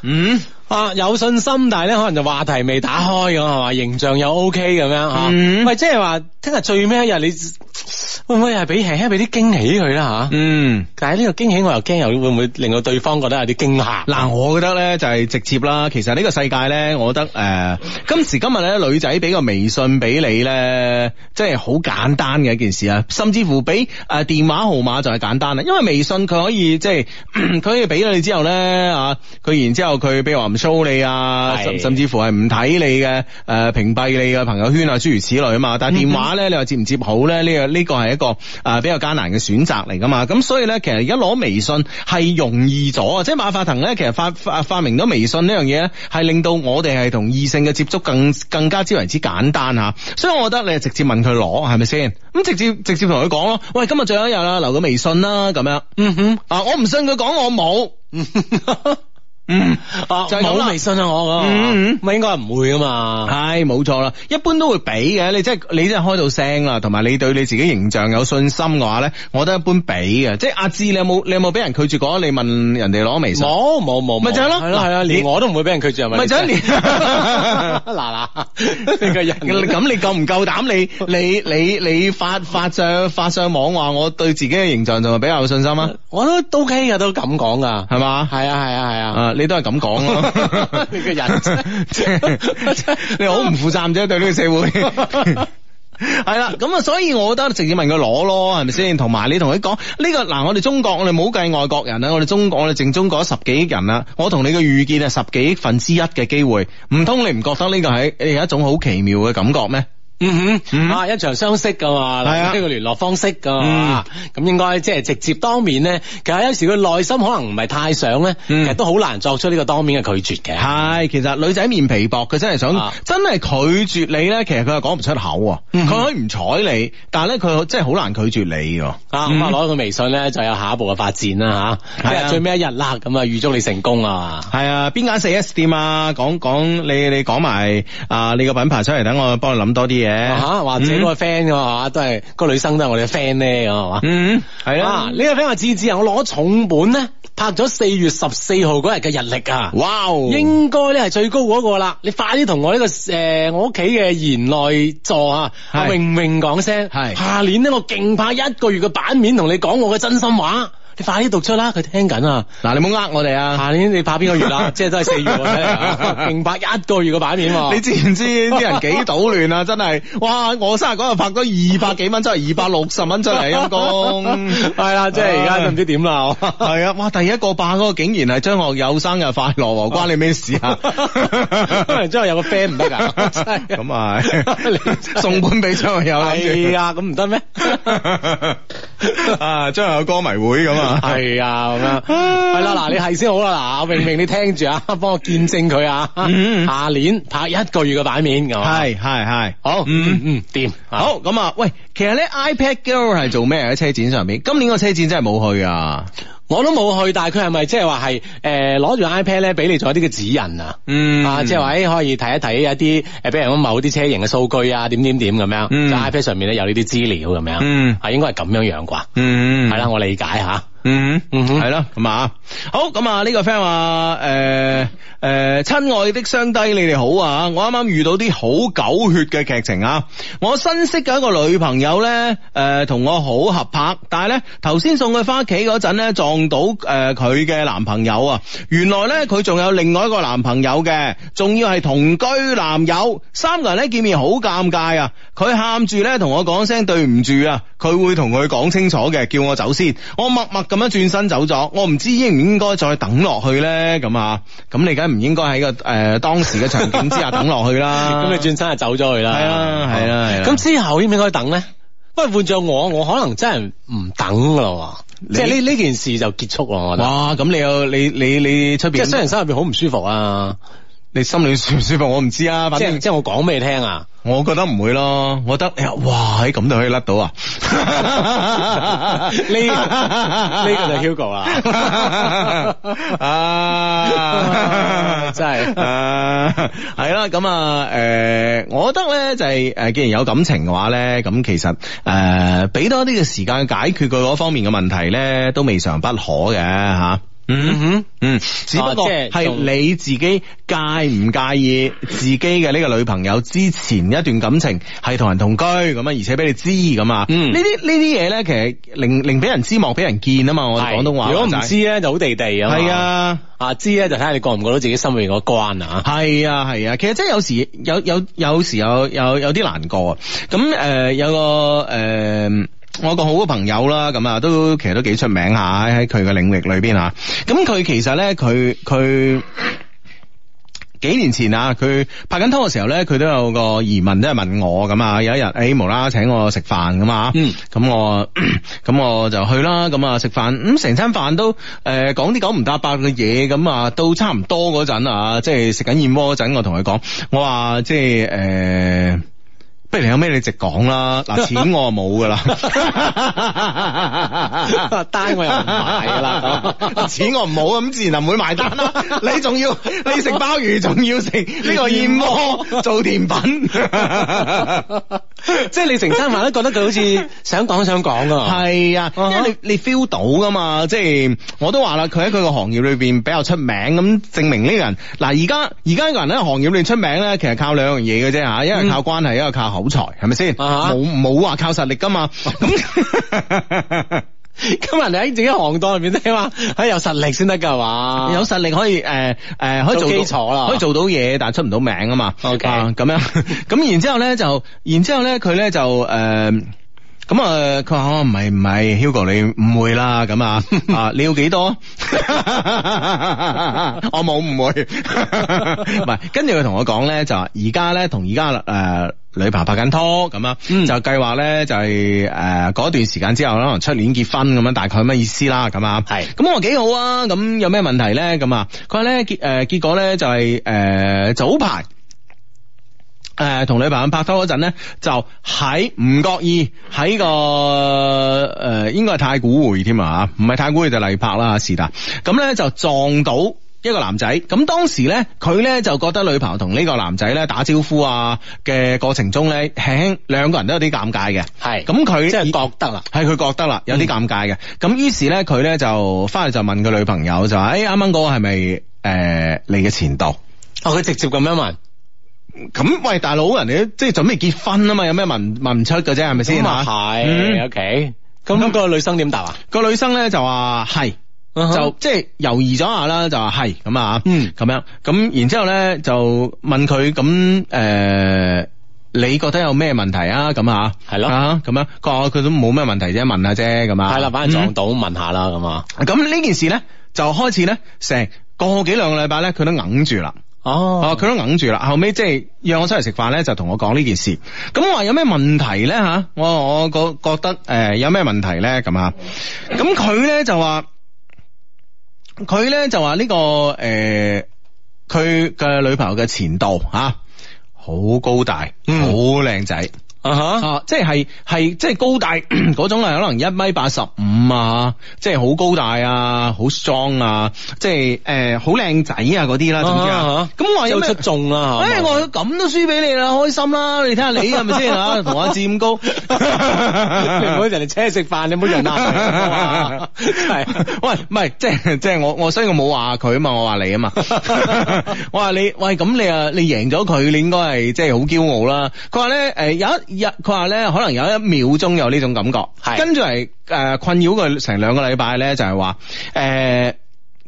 嗯，
啊有信心，但係咧可能就話題未打開咁係嘛，形象又 OK 咁樣吓。
嗯
喂，即係話聽日最尾一日你 會唔會係俾輕輕俾啲驚喜佢啦吓？
嗯。
但係呢個驚喜我又驚又會唔會令到對方覺得有啲驚嚇？
嗱，我覺得咧就係、直接啦。其實呢個世界咧，我覺得誒、呃今時今日咧，女仔俾個微信俾你咧，即係好簡單嘅一件事啊。甚至乎俾誒、呃、電話號碼就係簡單啦，因為微信佢可以即係 佢可以俾咗你之後咧啊，佢然之後佢譬如話唔 show 你啊，
係
甚甚至乎係唔睇你嘅誒、呃屏蔽你嘅朋友圈啊，諸如此類啊嘛。但係電話咧，你話接唔接好咧？呢、個呢、個係一個誒、呃比較艱難嘅選擇嚟噶嘛。咁所以咧，其實而家攞微信係容易咗啊，即係馬化騰咧，其實發發發明咗微信呢樣嘢咧，係令到我哋係同異性嘅接觸更更加之為之簡單吓。所以我覺得你係直接問佢攞係咪先？咁直接直接同佢講咯，喂，今日最後一日啦，留個微信啦，咁樣。嗯哼，啊，我唔信佢講我冇。 嗯，
啊，
就係咁啦
冇微信啊我咁，
嗯嗯
咪應該唔會啊嘛。
係冇錯啦，一般都會俾嘅。你即係你真係開到聲啦，同埋你對你自己形象有信心嘅話咧，我都一般俾嘅。即係阿志，你有冇你有冇俾人拒絕過？你問人哋攞微信，
冇冇冇，
咪就係
係
咯
係咯
嗱
係啊，
你
連我都唔會俾人拒絕係咪？
咪就係連
嗱嗱，呢個人
咁你夠唔夠膽？你你你你發發上發上網話我對自己嘅形象仲係比較有信心啊？
我都都 OK 噶，都咁講噶，
係嘛？
係啊係啊係啊。
啊！你都係咁講咯，
你個人真係
即係你好唔負責任啫，對呢個社會。 係啦，咁啊，所以我覺得直接問佢攞咯，係咪先？同埋你同佢講呢個嗱，我哋中國我哋冇計外國人啦，啊我哋中國我哋淨中國啊十幾億人啦，我同你嘅遇見係啊十幾億分之一嘅機會，唔通你唔覺得呢個係係一種好奇妙嘅感覺咩？
嗯
嗯
哼，啊一場相識噶嘛，
係啊
呢個聯絡方式噶嘛，咁應該即係直接當面咧。其實有時佢內心可能唔係太想咧，其
嗯
實都好難作出呢個當面嘅拒絕嘅。
係，其實女仔面皮薄，佢真係想，
啊
真係拒絕你咧，其實佢係講唔出口喎，佢、
嗯哼
可以唔睬你，但係咧佢真係好難拒絕你㗎。
啊，咁啊攞個微信咧，就有下一步嘅發展啦吓。
係啊
即係最尾一日啦，咁啊預祝你成功啊！
係啊，邊間四 S 店啊？講講你你講埋啊，你個品牌出嚟，等我幫你諗多啲嘢
吓，啊或者嗰個
嗯
friend 嘅話，都係個女生都係我哋嘅 friend 咧，咁係嘛？
嗯係
啊
啦，
呢個 friend 話志志啊，我攞重本咧，拍咗四月十四號嗰日嘅日曆啊。
哇哦，
應該咧係最高嗰個啦，你快啲同我呢、個誒、呃我屋企嘅賢內助啊，
係
阿榮榮講聲，
係
下年咧我勁拍一個月嘅版面同你講我嘅真心話，你快啲讀出啦，佢聽緊啊！
嗱，你唔好呃我哋啊！
下年你拍邊個 月啦？即係都係四月喎，睇嚟啊勁拍一個月嘅版面喎。
你知 唔知啲人幾搗亂啊？真係，哇！我生日嗰日拍咗二百幾蚊出嚟，二百六十蚊出嚟陰 公，
係啦，即係而家都唔知點啦。
係啊！哇，第一個霸嗰個竟然係張學友生日快樂喎，關你咩事 啊？
之後有個 friend 唔得㗎， 真係
咁啊
你真，係
送本俾張學友諗
係
住。
啊，咁唔得咩？
啊，張學友歌迷會 咁啊，
係啊，咁樣係啦，嗱，你係先好啦，嗱，阿榮榮你聽住啊， 幫我見證佢啊，
嗯
下年拍一個月嘅版面咁啊，
係係係，
好，嗯
嗯。
嗯，掂，
好咁啊！喂，其實咧 iPad Girl 係做咩啊喺車展上面？今年個車展真係冇去啊！
我都冇去，但係佢係咪即係話係誒攞住 iPad 咧，俾你做一啲嘅指引啊？
嗯
啊，即係話誒可以睇一睇一啲誒，比如講某啲車型嘅數據啊，點點點咁樣，
嗯
就 iPad 上面咧有呢啲資料咁樣，
嗯
啊應該係咁樣樣啩，
嗯
係啦，，我理解吓，
嗯
嗯哼
係啦，咁啊，好咁啊，呢個 friend 話誒誒，親愛的雙低，你哋好啊！我啱啱遇到啲好狗血嘅劇情啊！我新識嘅一個女朋友咧，誒同我好合拍，但係咧頭先送佢翻屋企嗰陣咧撞到誒佢嘅男朋友啊！原來咧佢仲有另外一個男朋友嘅，仲要係同居男友，三個人咧見面好尷尬啊！佢喊住咧同我講聲對唔住啊，佢會同佢講清楚嘅，叫我走先。我默默咁樣轉身走咗，我唔知應唔應該再等落去咧咁啊？咁你梗係唔應該喺個誒、呃、當時嘅場景之下等落去啦。
咁你轉身就走咗去啦，哦
係啊係啊係啊
咁之後應唔應該等咧？不過換咗我，我可能真係唔等噶啦喎，
你
即係呢呢件事就結束啦，我覺得。
哇！咁你有你你你出
即
邊
係雖然心入邊好唔舒服啊，
你心裏舒唔舒服我唔知啊，反
即
正
係即係我講俾你聽啊，
我覺得唔會咯，我覺得哎呀哇咁就可以甩到啊！
呢呢個就 Hugo 啦。
啊，
真係
啊，係啦，咁啊，誒，我覺得咧就係、誒，既然有感情嘅話咧，咁其實誒，俾多啲嘅時間解決佢嗰方面嘅問題咧，都未嘗不可嘅吓。嗯哼，嗯，只不過
哦即係
係
仲
你自己介唔介意自己嘅呢個女朋友之前一段感情係同人同居咁啊，而且俾你知咁啊，
嗯
呢啲呢啲嘢咧，其實令令俾人知莫俾人見啊嘛，我哋廣東話
如果唔
就係
知，咧就好地地啊嘛。
係啊。
啊知咧就睇下你過唔過到自己心裏嗰關 啊。
係啊係啊，其實真係有時有有有時有有有啲難過啊。咁誒、呃有個誒。呃我有個好嘅朋友啦，咁啊都其實都幾出名下喺佢嘅領域裏邊啊。咁佢其實咧，佢佢幾年前啊，佢拍緊拖嘅時候咧，佢都有個疑問都係問我咁啊。有一日，誒、無啦啦請我食飯咁啊，
嗯
咁我 咁我就去啦。咁啊食飯，咁成餐飯都誒呃講啲九唔搭八嘅嘢，咁啊到差唔多嗰陣啊，即係食緊燕窩嗰陣，我同佢講，我話即係誒。呃不如你有咩你直講 啦，嗱錢我就冇噶啦，
單我又唔買㗎啦
錢我唔好咁自然就唔會埋單 啦。你仲要你食鮑魚，仲要食呢個燕窩做甜品，
即係你成餐飯都覺得佢好似想講想講噶。
係啊，因為你你 feel 到噶嘛，即係我都話啦，佢喺佢個行業裏邊比較出名，咁證明呢個人嗱，而家而家一個人喺行業裏邊出名咧，其實靠兩樣嘢嘅啫吓，一係靠關係，一係靠口才，係咪先？
嗯啊哈啊
冇冇話靠實力噶嘛，咁。
咁人哋喺自己行當入邊都話，喺有實力先得㗎係嘛？
有實力可以誒誒、呃呃可以做
做
到
基礎啦
可以做到嘢，但係出唔到名啊嘛。
OK
啊咁樣 咁然之後咧就，然之後咧佢咧就誒。呃咁啊，呃佢話哦唔係唔係，Hugo 你誤會啦，咁 啊啊你要幾多？ 我冇誤會， 唔係。跟住佢同我講咧，就話而家咧同而家誒女朋友拍緊拖咁啊，
嗯
就計劃咧就係誒嗰段時間之後可能出年結婚咁樣，大概乜意思啦咁啊。
係
咁我話幾好啊！咁有咩問題咧？咁啊，佢話咧結誒、呃、結果咧就係、呃早排。誒，呃同、女朋友拍拖嗰陣咧，就喺唔覺意喺個誒、呃，應該係太古匯添啊，唔係太古匯就麗柏啦，是但。咁咧就撞到。一個男仔，咁當時咧，佢咧就覺得女朋友同呢個男仔咧打招呼啊嘅過程中咧，輕輕兩個人都有啲尷尬嘅。
係
咁佢
即係覺得啦。
係佢覺得啦，有啲尷尬嘅。咁於是咧，佢咧就翻去就問佢女朋友就話：，誒哎啱啱嗰個係咪誒你嘅前度？
哦，佢直接咁樣問，
咁喂，大佬，人哋都即係準備結婚啊嘛，有咩問問唔出嘅啫，係咪先
咁啊
嚇
係
嗯
OK。咁個女生點答啊？
個女生咧就話係。就即係猶豫咗下啦，就話係咁啊，
嗯
咁樣咁，然之後咧就問佢咁誒，你覺得有咩問題啊？咁啊，
係咯
啊咁樣，佢話佢都冇咩問題啫，問下啫，咁啊，
係啦，反正撞
嗯
到問下啦咁啊。
咁呢件事咧，就開始咧，成個幾兩個禮拜咧，佢都硬住啦，啊，
哦
佢都硬住啦。後尾即係約我出嚟食飯咧，就同我講呢件事。咁我話有咩問題咧吓？我我覺覺得誒、呃有咩問題咧咁啊？咁佢咧就話，佢咧就話呢、個誒，佢、嘅女朋友嘅前度吓，啊好、高大，好靚仔。
啊哈，
啊，即係係即係高大 嗰種啊係可能一米八十五啊，即係好高大啊，好 strong 啊，即係誒好靚仔啊嗰啲啦，總之啊
啊，
咁我話有
就
咩
出？眾啊啦
哎，
嚇。
我咁都輸俾你啦，開心啦！你睇下你係咪先啊？同阿志咁 高，
你唔好人哋請你食飯，你唔好人啊！係
喂，唔係，即係即係我我，所以我冇話佢啊嘛，我話你啊 嘛，我話你，喂，咁你啊，你贏咗佢，你應該係即係好驕傲啦。佢話咧，誒有一日，佢話咧，可能有一秒鐘有呢種感覺，
係
跟住嚟誒困擾佢成兩個禮拜咧，就係話誒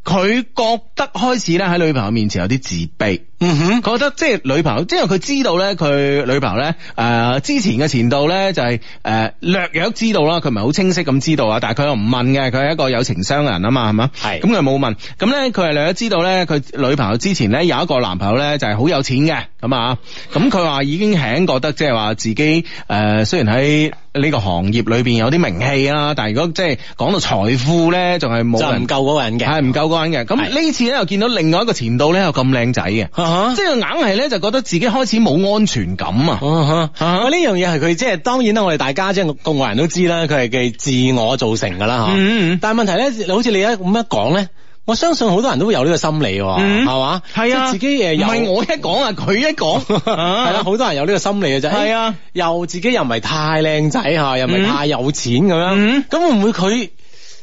佢覺得開始咧喺女朋友面前有啲自卑。
嗯哼，
覺得即係女朋友，即係佢知道咧，佢女朋友咧，誒、之前嘅前度咧就係、誒、略略知道啦，佢唔係好清晰咁知道啊，但係佢又唔問嘅，佢係一個有情商嘅人啊嘛，係嘛，
係
咁佢冇問，咁咧佢係略略知道咧，佢女朋友之前咧有一個男朋友咧就係好有錢嘅，咁啊，咁佢話已經輕覺得即係話自己誒、雖然喺呢個行業裏邊有啲名氣啊，但係如果即係講到財富咧，仲係冇
就
人
唔夠嗰個人嘅。
係唔夠嗰人嘅，咁
係
呢次咧又見到另外一個前度咧又咁靚仔嘅。
啊哈
即係硬係咧，就覺得自己開始冇安全感啊！
啊哈！喂呢樣嘢係佢即係當然啦，我哋大家即係共外人都知啦，佢係嘅自我造成噶啦嚇。
嗯嗯
但係問題咧，好似你一咁樣講咧，我相信好多人都會有呢個心理喎，
嗯
係嘛？
係啊，
即係自己誒有
唔係我一講啊，佢一講，
係
係
啦，好多人有呢個心理嘅啫。
係啊
哎，又自己又唔係太靚仔嚇，又唔係
嗯
太有錢咁樣
嗯，
咁會唔會佢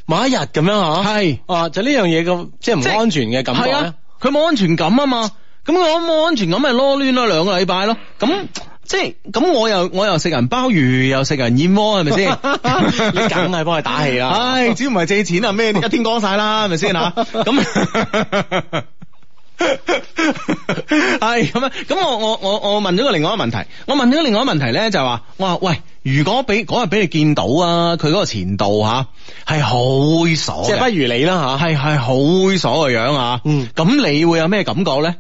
某一日咁樣吓，
係
啊，就呢樣嘢嘅即係唔
即係
安全嘅感覺
係
咧
啊，，佢冇安全感啊嘛，咁我冇安全感咪囉攣咯兩個禮拜咯，咁即係咁我又我又食人鮑魚又食人燕窩係 咪先？
你梗係幫佢打氣啦。
唉，只要唔係借錢啊，咩一天光晒啦，係咪先 啊？咁。係咁啊！咁我我我我問咗個另外一個問題，我問咗個另外一個問題咧，就係話，我話喂，如果俾嗰日俾你見到啊，佢嗰個前度吓係好猥瑣嘅，
即係不如你啦吓，
係係好猥瑣嘅樣啊！
嗯
咁你會有咩感覺咧？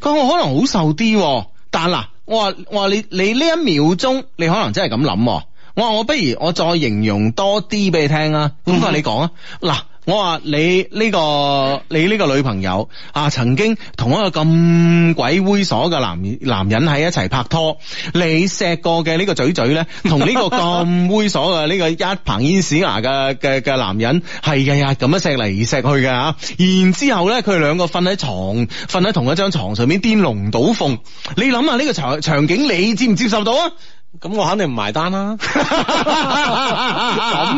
佢話我可能好瘦啲喎，但嗱，我話我話你你呢一秒鐘，你可能真係咁諗喎。我話我不如我再形容多啲俾你聽啊！咁佢話你講啊，嗱。我話你呢、個你呢個女朋友啊，曾經同一個咁鬼猥瑣嘅男男人喺一齊拍拖，你錫過嘅呢個嘴嘴咧，同呢個咁猥瑣嘅呢個一棚煙屎牙嘅嘅嘅男人係日日咁樣錫嚟錫去嘅吓，然之後咧佢哋兩個瞓喺床瞓喺同一張床上面癲龍倒鳳，你諗下呢個場場景你接唔接受到啊？
咁我肯定唔埋單啦。 咁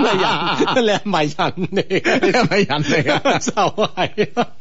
嘅人，你係咪人嚟嘅？
你係咪人嚟啊
就係啦。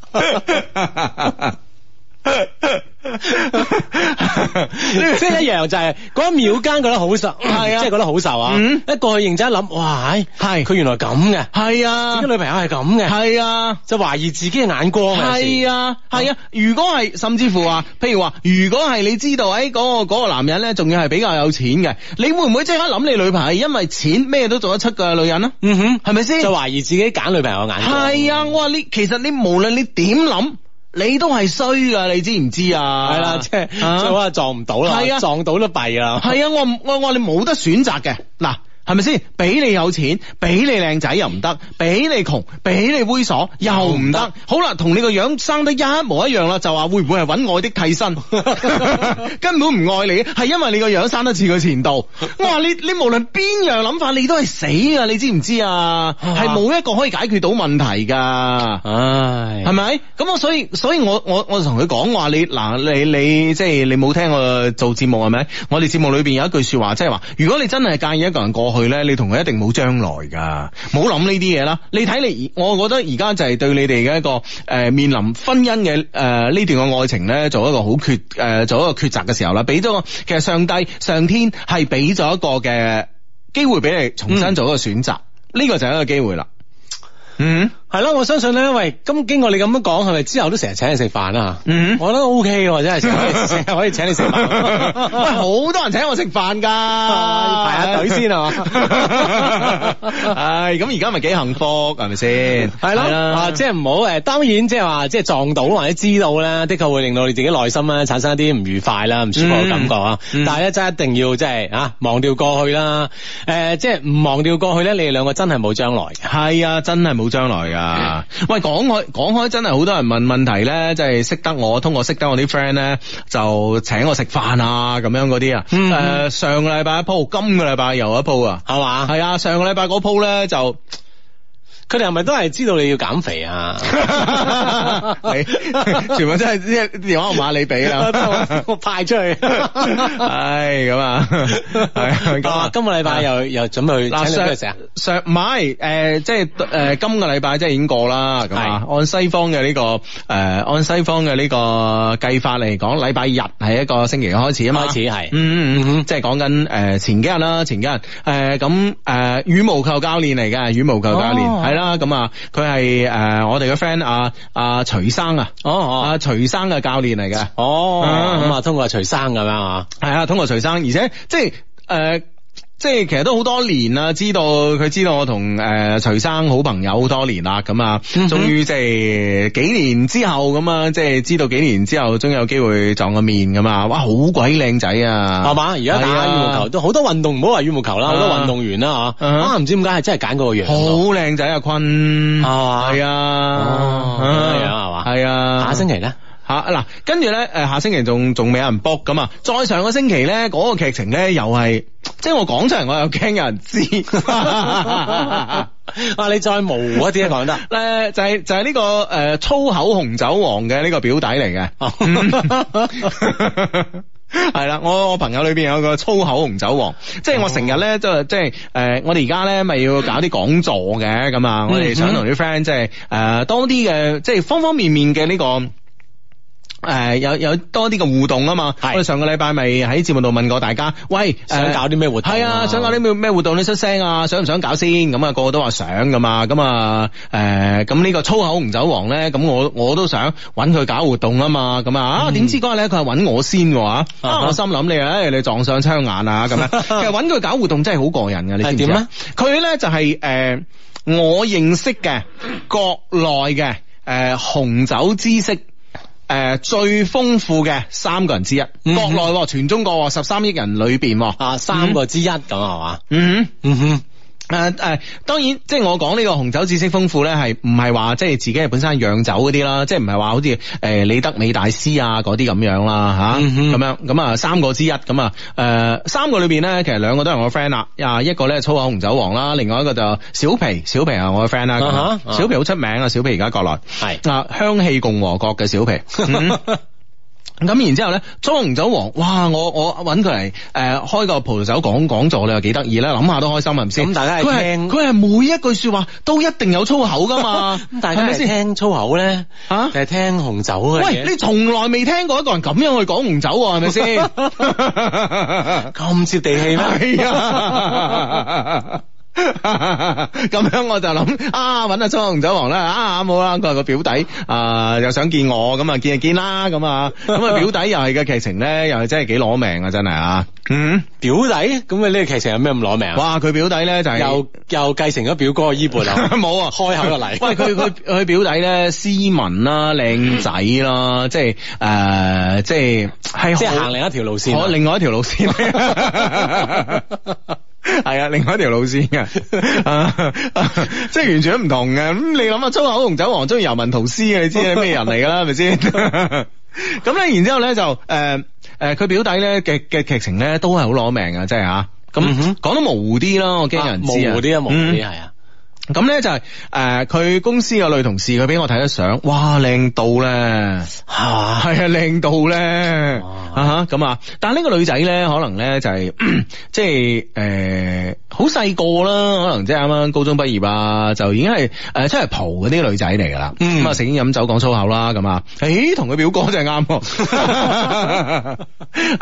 即係一樣就係嗰一秒間覺得好受，
係啊
即係覺得好受啊！
嗯
一過去認真一諗，哇，係
係
佢原來咁嘅，
係
自
啊
己，女朋友係咁嘅，
係啊。
就懷疑自己嘅眼光啊有時
係啊，係啊，如果係甚至乎話，啊譬如話，如果係你知道喺嗰、個嗰、個男人咧，仲要係比較有錢嘅，你會唔會即刻諗你女朋友係因為錢咩都做得出嘅女人啊？
嗯哼，
係咪先？
就懷疑自己揀女朋友嘅眼光。
係啊，我話你其實你無論你點諗，你都係衰噶，你知唔知啊？
係啦，即係
啊
最好係撞唔到啦，
係啊
撞到都弊啦。
係啊，我唔我我話你冇得選擇嘅嗱。係咪先？俾你有錢，俾你靚仔又唔得，俾你窮，俾你猥瑣又唔
哦
得。好啦，同你個樣生得一模一樣啦，就話會唔會係揾我的替身？ 根本唔愛你，係因為你個樣生得似佢前 度。我話你，你無論邊樣諗法，你都係死啊！你知唔知啊？係冇一個可以解決到問題㗎。
唉
係咪？咁我所以所以我我我同佢講話你嗱你你即係你冇聽我做節目係咪？我哋節目裏邊有一句說話，即係話如果你真係介意一個人過去咧，你同佢一定冇將來噶，冇諗呢啲嘢啦。你睇你而，我覺得而家就係對你哋嘅一個誒、呃面臨婚姻嘅誒呢段嘅愛情咧，做一個好抉誒、呃做一個抉擇嘅時候啦，俾咗個其實上帝上天係俾咗一個嘅機會俾你重新做一個選擇，呢、個就係一個機會啦。嗯
係啦，我相信咧，喂，咁經過你咁樣講，係咪之後都成日請你食飯啦？
嗯
我覺得 O K 喎，真係成日成日可以請你食
喂，好
飯。
多人請我食飯噶，
要排下隊先啊係嘛
唉，咁而家咪幾幸福，係咪先？
係啦，啊，即係唔好誒，當然即係話，即係撞到或者知道咧，的確會令到你自己內心咧產生一啲唔愉快啦、唔舒服嘅感覺啊。
嗯嗯
但係咧，真係一定要即係啊，忘掉過去啦。誒，即係唔忘掉過去咧，你哋兩個真係冇將來嘅。
係啊，真係冇將來
嗯
噶。喂，講開講開，真係好多人問問題咧，即係識得我，通過識得我啲 friend 咧，就請我食飯啊，咁樣嗰啲啊。誒、
嗯
上個禮拜一鋪，今個禮拜又一鋪啊。
係嘛？
係啊，上個禮拜嗰鋪咧 就。
佢哋係咪都係知道你要減肥啊？
你全部真係即係電話號碼你俾啦，
我我派出去。
唉，咁啊，係咁
啊
啊，，
今個禮拜又又準備
嗱
請你
上
出去食啊？
上唔係誒，即係誒今個禮拜即係已經過啦，咁啊，按西方嘅呢個誒，按西方嘅呢個計法嚟講，禮拜日係一個星期嘅開始啊嘛，
開始係
嗯嗯嗯，即係講緊誒前幾日啦，前幾日誒咁誒羽毛球教練嚟嘅，羽毛球教練
哦
係啦，咁啊，佢係誒我哋嘅 friend 啊啊徐生啊，
哦哦
啊徐生嘅教練嚟嘅。
哦，
啊
咁啊，通過徐生咁樣啊，
系啊，通過徐生，而且即係诶。呃即係其實都好多年啦，知道佢知道我同誒、呃徐生好朋友好多年啦，咁啊，
嗯
終於即係幾年之後咁啊，即係知道幾年之後，終於有機會撞個面咁啊！哇，好鬼靚仔啊，
係嘛？而家打
係啊
羽毛球都好多運動，唔好話羽毛球啦，好多
啊
運動員啦嚇，
嗯
啊唔知點解係真係揀嗰個樣
好
喎。
靚仔啊，坤，
係嘛
係啊
哦，咁樣係嘛
係啊，
下星期咧，
吓嗱，跟住咧，誒下星期仲仲未有人 book 咁啊，再上個星期咧，嗰、個劇情咧又係，即係我講出嚟，我又驚有人知。
啊你再模糊一啲講得。
咧就係、就係呢、個呃誒、粗口紅酒王嘅呢個表弟嚟嘅。
哦
系嗯啦，我我朋友裏边有個粗口紅酒王，即
哦
係我成日咧，即係即係诶，誒我哋而家咧咪要搞啲講座嘅咁
嗯
啊，我哋想同啲 friend 即係诶多啲嘅，即係方方面面嘅呢個。诶、有有多啲嘅互動啊嘛，我哋上個禮拜咪喺節目度問過大家，喂， 呃
想搞啲咩活動啊
系啊，想搞啲咩咩活動？你出聲啊，想唔想搞先？咁啊，個個都話想噶嘛，咁啊，诶、咁呢個粗口紅酒王咧，咁我我都想揾佢搞活動啊嘛，咁啊，啊點知嗰日咧佢係揾我先嘅話，
嗯啊哈
啊，我心諗你啊，唉你撞上槍眼啊 咁樣，其實揾佢搞活動真係好過癮嘅，你知唔知
係點咧
啊？佢咧就係、呃我認識嘅國內嘅誒、呃、紅酒知識。誒、最豐富嘅三個人之一，
嗯
國內喎全中國十三億人裏邊喎，
啊，三個之一咁係嘛？
嗯哼。
嗯哼，
诶诶、誒當然，即係我講呢個紅酒知識豐富咧，係唔係話即係自己係本身係釀酒嗰啲啦，即係唔係話好似诶李德美大師啊嗰啲咁樣啦吓，
嗯哼
咁、樣咁啊三個之一咁啊诶三個裏边咧，其實兩個都係我 friend 啦，啊一個咧粗口紅酒王啦，另外一個就小皮，小皮係我嘅 friend 啦，咁
啊
啊
哈啊
小皮好出名啊，小皮而家國內
係
啊香氣共和國嘅小皮。嗯 咁然之後咧，粗紅酒王，哇！我我揾佢嚟誒開個葡萄酒講講座，你話幾得意咧？諗下都開心係咪先？
咁大家係
佢係
聽
佢係每一句説話都一定有粗口噶嘛
，咁大家
係咪
係
先？
聽粗口咧，
啊
定係聽紅酒嘅嘢
喂，你從來未聽過一個人咁樣去講紅酒喎，係咪 先？
咁接地氣咩？
係啊。 咁樣我就諗啊，揾阿粗紅酒王啦，啊冇啦，佢係個表弟啊，又想見我，咁啊見就見啦，咁啊，咁啊表弟又係嘅劇情咧，又係真係幾攞命啊，真係啊，嗯，
表弟咁啊！呢個劇情有咩咁攞命啊？
哇，佢表弟咧就係
又又繼承咗表哥嘅衣缽啊！
冇啊，
開口就嚟
喂，佢佢佢表弟咧斯文啦，靚仔啦，即係誒，即係係
即係
好
行另一條路線啊。
我另外一條路 線。係啊，另外一條路線嘅， 啊即係完全唔同嘅。咁你諗下，粗口紅酒王中意尤文圖斯嘅，你知係咩人嚟㗎 啦？係咪先？ 咁咧，然之後咧就誒誒，呃佢、表弟咧嘅嘅劇情咧都係好攞命啊，真係嚇。
嗯
咁
哼
講得模糊啲啦，我驚
啊
人
模
知啊
糊啲啊，模糊
嗯
啲係啊。
咁咧就係、誒，佢、公司嘅女同事佢俾我睇咗相，哇靚到咧，係啊靚到咧，
哇
啊哈咁啊！但係呢個女仔咧，可能咧就係、 即係誒好細個啦，可能即係啱啱高中畢業啊，就已經係誒、出嚟蒲嗰啲女仔嚟㗎啦。
嗯
咁啊食煙飲酒講粗口啦， 咁啊，誒同佢表哥真係啱喎，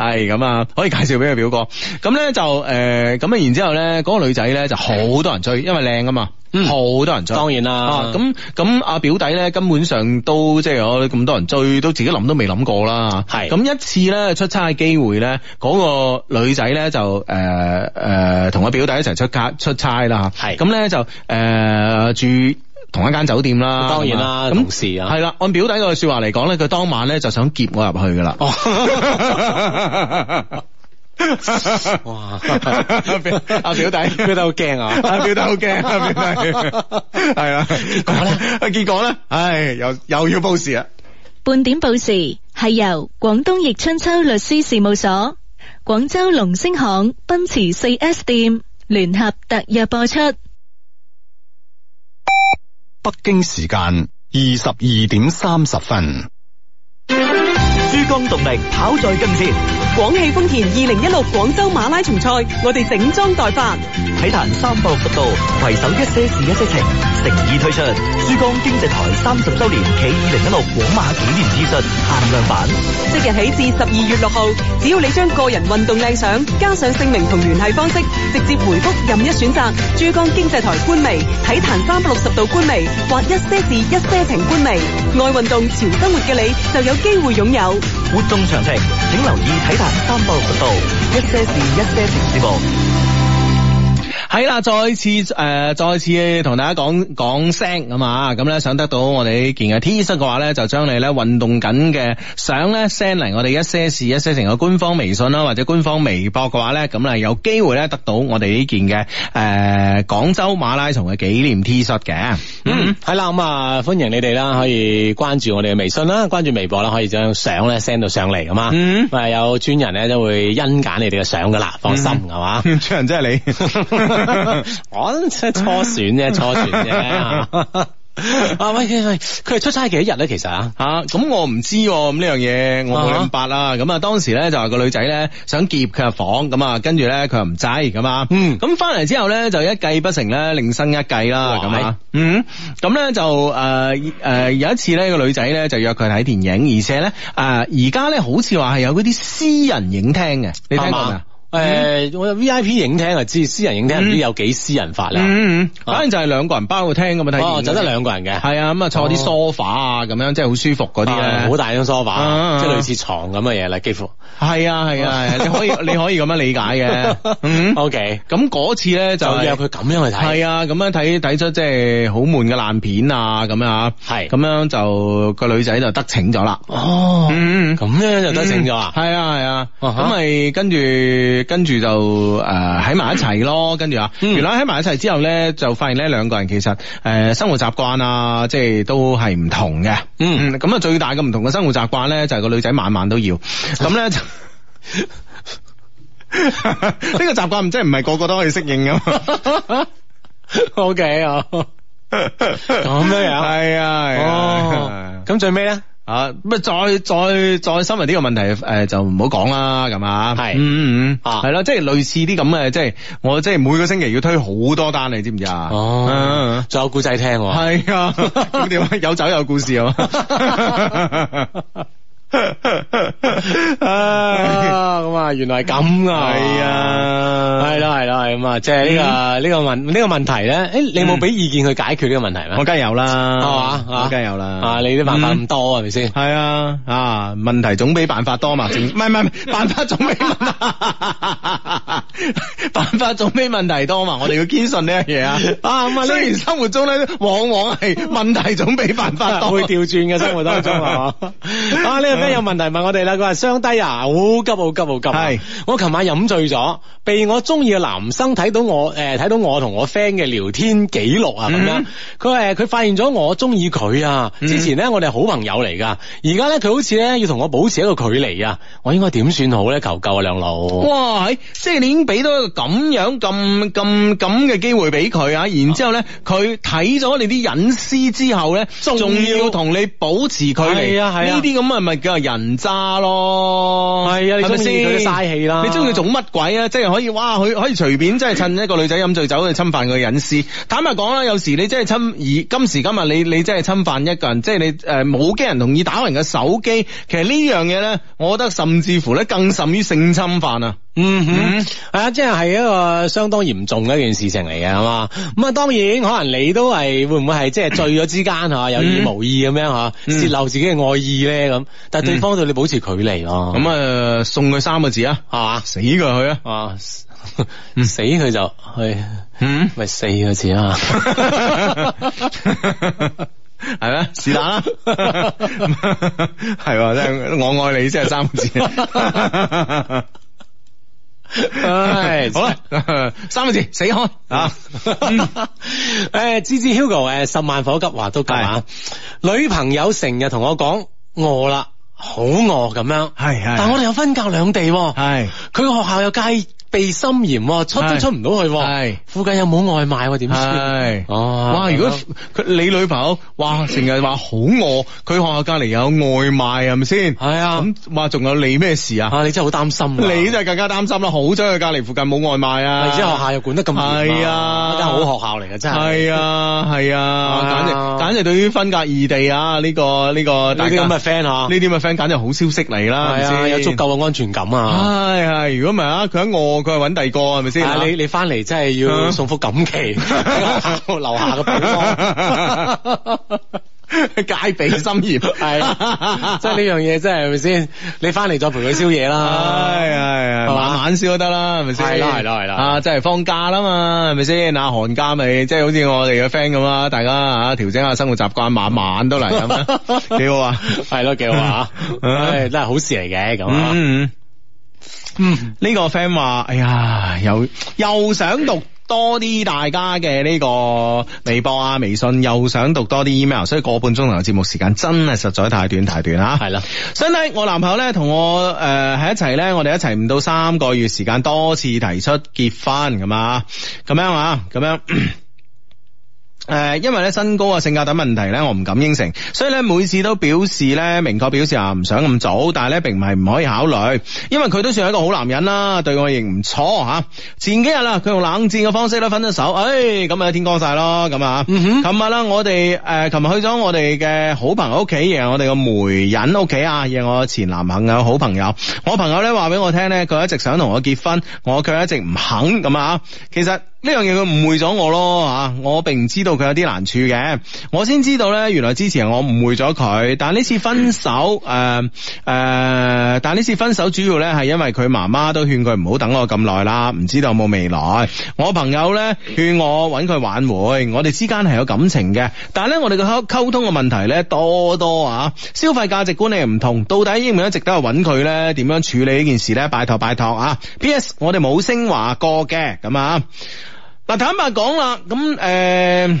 係咁啊，可以介紹俾佢表哥。咁咧就誒咁啊，然之後咧嗰、個女仔咧就好多人追，因為靚啊嘛。
嗯
好多人追，
當然啦
啊咁咁阿表弟咧，根本上都即係有咁多人追，都自己諗都未諗過啦。
係
咁一次咧出差嘅機會咧，嗰、個女仔咧就誒誒同我表弟一齊出卡出差啦。
係
咁咧就誒、呃住同一間酒店啦。
當然啦
咁
同事啊
係啦，按表弟嘅説話嚟講咧，佢當晚咧就想劫我入去噶啦。
哦 哇！
阿表弟，
表弟好驚啊！
啊，表弟好驚啊，表弟係啦。結果咧，啊 結果咧，唉，又又要報時啊啦。
半點報時係由廣東易春秋律師事務所、廣州龍星行奔馳 4S 店聯合特約播出。
北京時間二十二點三十分。
珠江動力跑在更前，
廣汽豐田二零一六廣州馬拉松賽，我哋整裝待發。
體壇三百六十度，攜手一些事一些情，誠意推出珠江經濟台三十週年暨二零一六廣馬紀念資訊限量版。
即日起至十二月六號，只要你將個人運動靚相加上姓名同聯繫方式，直接回覆任一選擇珠江經濟台官微、體壇三百六十度官微或一些事一些情官微，愛運動潮生活嘅你就有機會擁有。
活動詳情請留意體壇三百六十度，一些事一些情節目。
係啦，再次誒、呃再次同大家講講聲咁啊，咁咧想得到我哋呢件嘅 T 恤嘅話咧，就將你咧運動緊嘅相咧 send 嚟我哋一些事一些情嘅官方微信啦，或者官方微博嘅話咧，咁咧有機會咧得到我哋呢件嘅誒、呃、廣州馬拉松嘅紀念 T 恤嘅。
嗯，系啦，咁啊，歡迎你哋啦，可以關注我哋嘅微信啦，關注微博啦，可以將相咧 send 到上嚟咁啊，
嗯
咁啊有專人咧都會甄揀你哋嘅相噶啦，放心
嗯，
係嘛
主人真係你。
我即係初選啫，初選啫。啊喂喂，喂佢係出差幾多日咧？其實啊，
吓咁我唔知喎咁呢樣嘢，我冇諗八啦。咁啊，當時咧就話個女仔咧想劫佢入房，咁啊，跟住咧佢又唔制咁啊。
嗯
咁翻嚟之後咧就一計不成咧，另生一計啦
哇
咁啊。嗯，咁咧就誒誒有一次咧個女仔咧就約佢睇電影，而且咧誒而家咧好似話係有嗰啲私人影廳嘅，你聽過未啊？
未？誒，我有 V I P 影廳啊，知私人影廳唔知
嗯
有幾私人法啦。
嗯嗯，反正就係兩個人包個廳咁啊睇電影嗰
哦，
時。
就得兩個人嘅，
係啊，咁啊坐啲 sofa 啊，咁樣即係好舒服嗰啲
啊
咧
好。大張 sofa，
啊
即係類似床咁嘅嘢啦，幾乎。
系啊系啊， 係啊你可以你可以咁樣理解嘅。嗯，
O K，
咁嗰次咧就
就約佢咁樣去睇。
系啊，咁樣睇睇出即係好悶嘅爛片啊，咁樣啊，
係
咁樣就個女仔就得逞咗啦。
哦
嗯
咁樣就得勝咗啊！
系啊係啊，
啊哈
咁咪跟住跟住就诶喺埋一齊咯，跟住啊，
嗯
原來喺埋一齊之後咧，就發現咧兩個人其實诶生活習慣啊，即係都係唔同嘅。
嗯，
咁啊最大嘅唔同嘅生活習慣咧，就係個女仔晚晚都要，咁咧就。 呢個習慣唔真係唔係個個都可以適應噶。嗯
O K
哦
啊，
咁
樣樣
係啊，係啊
哦，。咁最尾咧，
啊，咁啊，再再再深入呢個問題，誒、就唔好講啦，咁啊，
係
嗯嗯嗯，
啊
係啦，即係類似啲咁嘅，即係我即係每個星期要推好多單，你知唔知啊？
哦
嗯，
仲有故仔聽喎，
係啊， 咁點啊？有酒有故事啊嘛。唉
啊 咁啊，原來係咁啊，
係啊嗯
係啦係啦係咁啊，即係呢個呢個問呢個問題咧，誒，你有冇俾意見去解決呢個問題
我
咧？
梗係有啦，
係嘛
我梗係有啦，
啊，你啲辦法咁多係 咪先？
系啊，啊問題總比辦法多嘛，正唔係唔係唔 係辦法總比問 題，辦法總比問題多嘛，我哋要堅信呢樣嘢啊。
啊咁啊呢
雖然生活中咧，往往係問題總比辦 法多。
會調轉嘅生活當中係 嘛？啊呢個 friend 有問題問我哋啦，佢話雙低啊，好急好急好急啊！
係
我琴晚飲醉咗，被我中意嘅男生睇到我呃誒睇、到我同我 friend 嘅聊天記錄啊咁樣
嗯，
佢誒佢發現咗我中意佢啊！之前咧我哋係好朋友嚟㗎，而家咧佢好似咧要同我保持一個距離啊！我應該點算好咧？求救啊兩老！
哇！係即係你已經俾到一個咁樣咁咁咁嘅機會俾佢啊，然之後咧，佢睇咗你啲隱私之後咧，
仲
仲
要
要同你保持距
係
離，
啊係啊
呢啲咁咪咪叫人渣咯，
係啊你
係咪
中意佢
先
都嘥氣啦
你中意做乜鬼啊？即係可以哇，佢可以隨便即係趁一個女仔飲醉酒去侵犯佢嘅隱私。坦白講啦，有時你真係侵而今時今日你你真係侵犯一個人，即係你誒冇經人同意打人嘅手機，其實呢樣嘢咧，我覺得甚至乎咧更甚於性侵犯啊！
嗯哼，係啊，即係係一個相當嚴重嘅一件事情嚟嘅，係嘛？咁啊，當然可能你都係會唔會係即係醉咗之間嚇有意無意咁樣嚇
嗯
泄露自己嘅愛意咧咁，但係對方對你保持距離咯，
咁啊、送佢三個字啊，
係嘛？
死佢佢啊！
啊，死佢就去，
嗯，
咪四個字 啊！
係咩？是但啦， 係喎，真係我愛你，真係三個 字。
唉
好 啦，三個字死開啊！
诶，芝芝 Hugo 诶，十萬火急話都夠啊！女朋友成日同我講餓啦，好餓咁樣，
係係
但我哋有分隔兩地喎，
係
佢個學校又戒備森嚴喎，出都
係
出唔到去喎，
係
附近有冇外賣喎？點算？
係
哦
哇！如果佢你女朋友哇成日話好餓，佢學校隔離有外賣係咪先？
係啊
咁話仲有你咩事啊？
啊，你真係好擔心啊！
你就更加擔心啦，好彩佢隔離附近冇外賣啊！
而且學校又管得咁嚴，
係啊
一間好學校嚟嘅真係。
係啊係啊，
啊
簡直簡直對於分隔異地啊呢個呢個
呢
大
啲
家
咁嘅 friend 吓，
呢啲咁嘅 friend 簡直好消息嚟啦，
啊係
係
啊，
咪先
有足。夠嘅安全感啊！
係係，如果唔係啊，佢一餓佢係揾第二個係咪先？
啊！你你翻嚟真係要
啊
送副錦旗， 留下嘅保安。
戒備森嚴，
係 啦，即係呢樣嘢真係係咪先？你翻嚟再陪佢宵夜
唉
啦，
唉，
係嘛
晚晚宵都得啦，係咪先？
係啦係啦係啦
啊，即係放假啦嘛，係咪先？啊，寒假咪即係好似我哋嘅 friend 咁啦，大家啊調整下生活習慣，晚晚都嚟咁 啊，幾好啊！
係咯，幾好 啊！
嗯
唉，真係好事嚟嘅咁啊。
嗯嗯，呢個 friend 話：哎呀，又又想讀。多啲大家嘅呢個微博啊、微信，又想讀多啲 email，所以個半鐘頭嘅節目時間真係實在太短太短啦。
係啦，
相睇我男朋友咧同我呃誒喺、一齊咧，我哋一齊唔到三個月時間，多次提出結婚咁啊，咁樣啊，咁樣。诶、因為咧身高啊、性格等問題咧，我唔敢應承，所以咧每次都表示咧，明確表示啊唔想咁早，但係咧並唔係唔可以考慮，因為佢都算係一個好男人啦，對我亦唔錯吓。前幾日啦，佢用冷戰嘅方式咧分咗手，诶、咁啊天光晒咯，咁啊，琴日啦，我哋诶琴日去咗我哋嘅好朋友屋企，亦係我哋個媒人屋企啊，亦係我前男朋友好朋友。我朋友咧話俾我聽咧，佢一直想同我結婚，我佢一直唔肯咁啊，其實。呢樣嘢佢誤會咗我咯吓，我並唔知道佢有啲難處嘅，我先知道咧，原來之前我誤會咗佢，但呢次分手诶诶、呃但呢次分手主要咧係因為佢媽媽都勸佢唔好等我咁耐啦，唔知道有冇未來。我朋友咧勸我揾佢挽回，我哋之間係有感情嘅，但係咧我哋嘅溝溝通嘅問題咧多多啊，消費價值觀咧唔同，到底應唔應該值得去揾佢咧？點樣處理呢件事咧？拜託拜託啊！P.S. 我哋冇升華過嘅咁啊。嗱，坦白講啦，咁诶。誒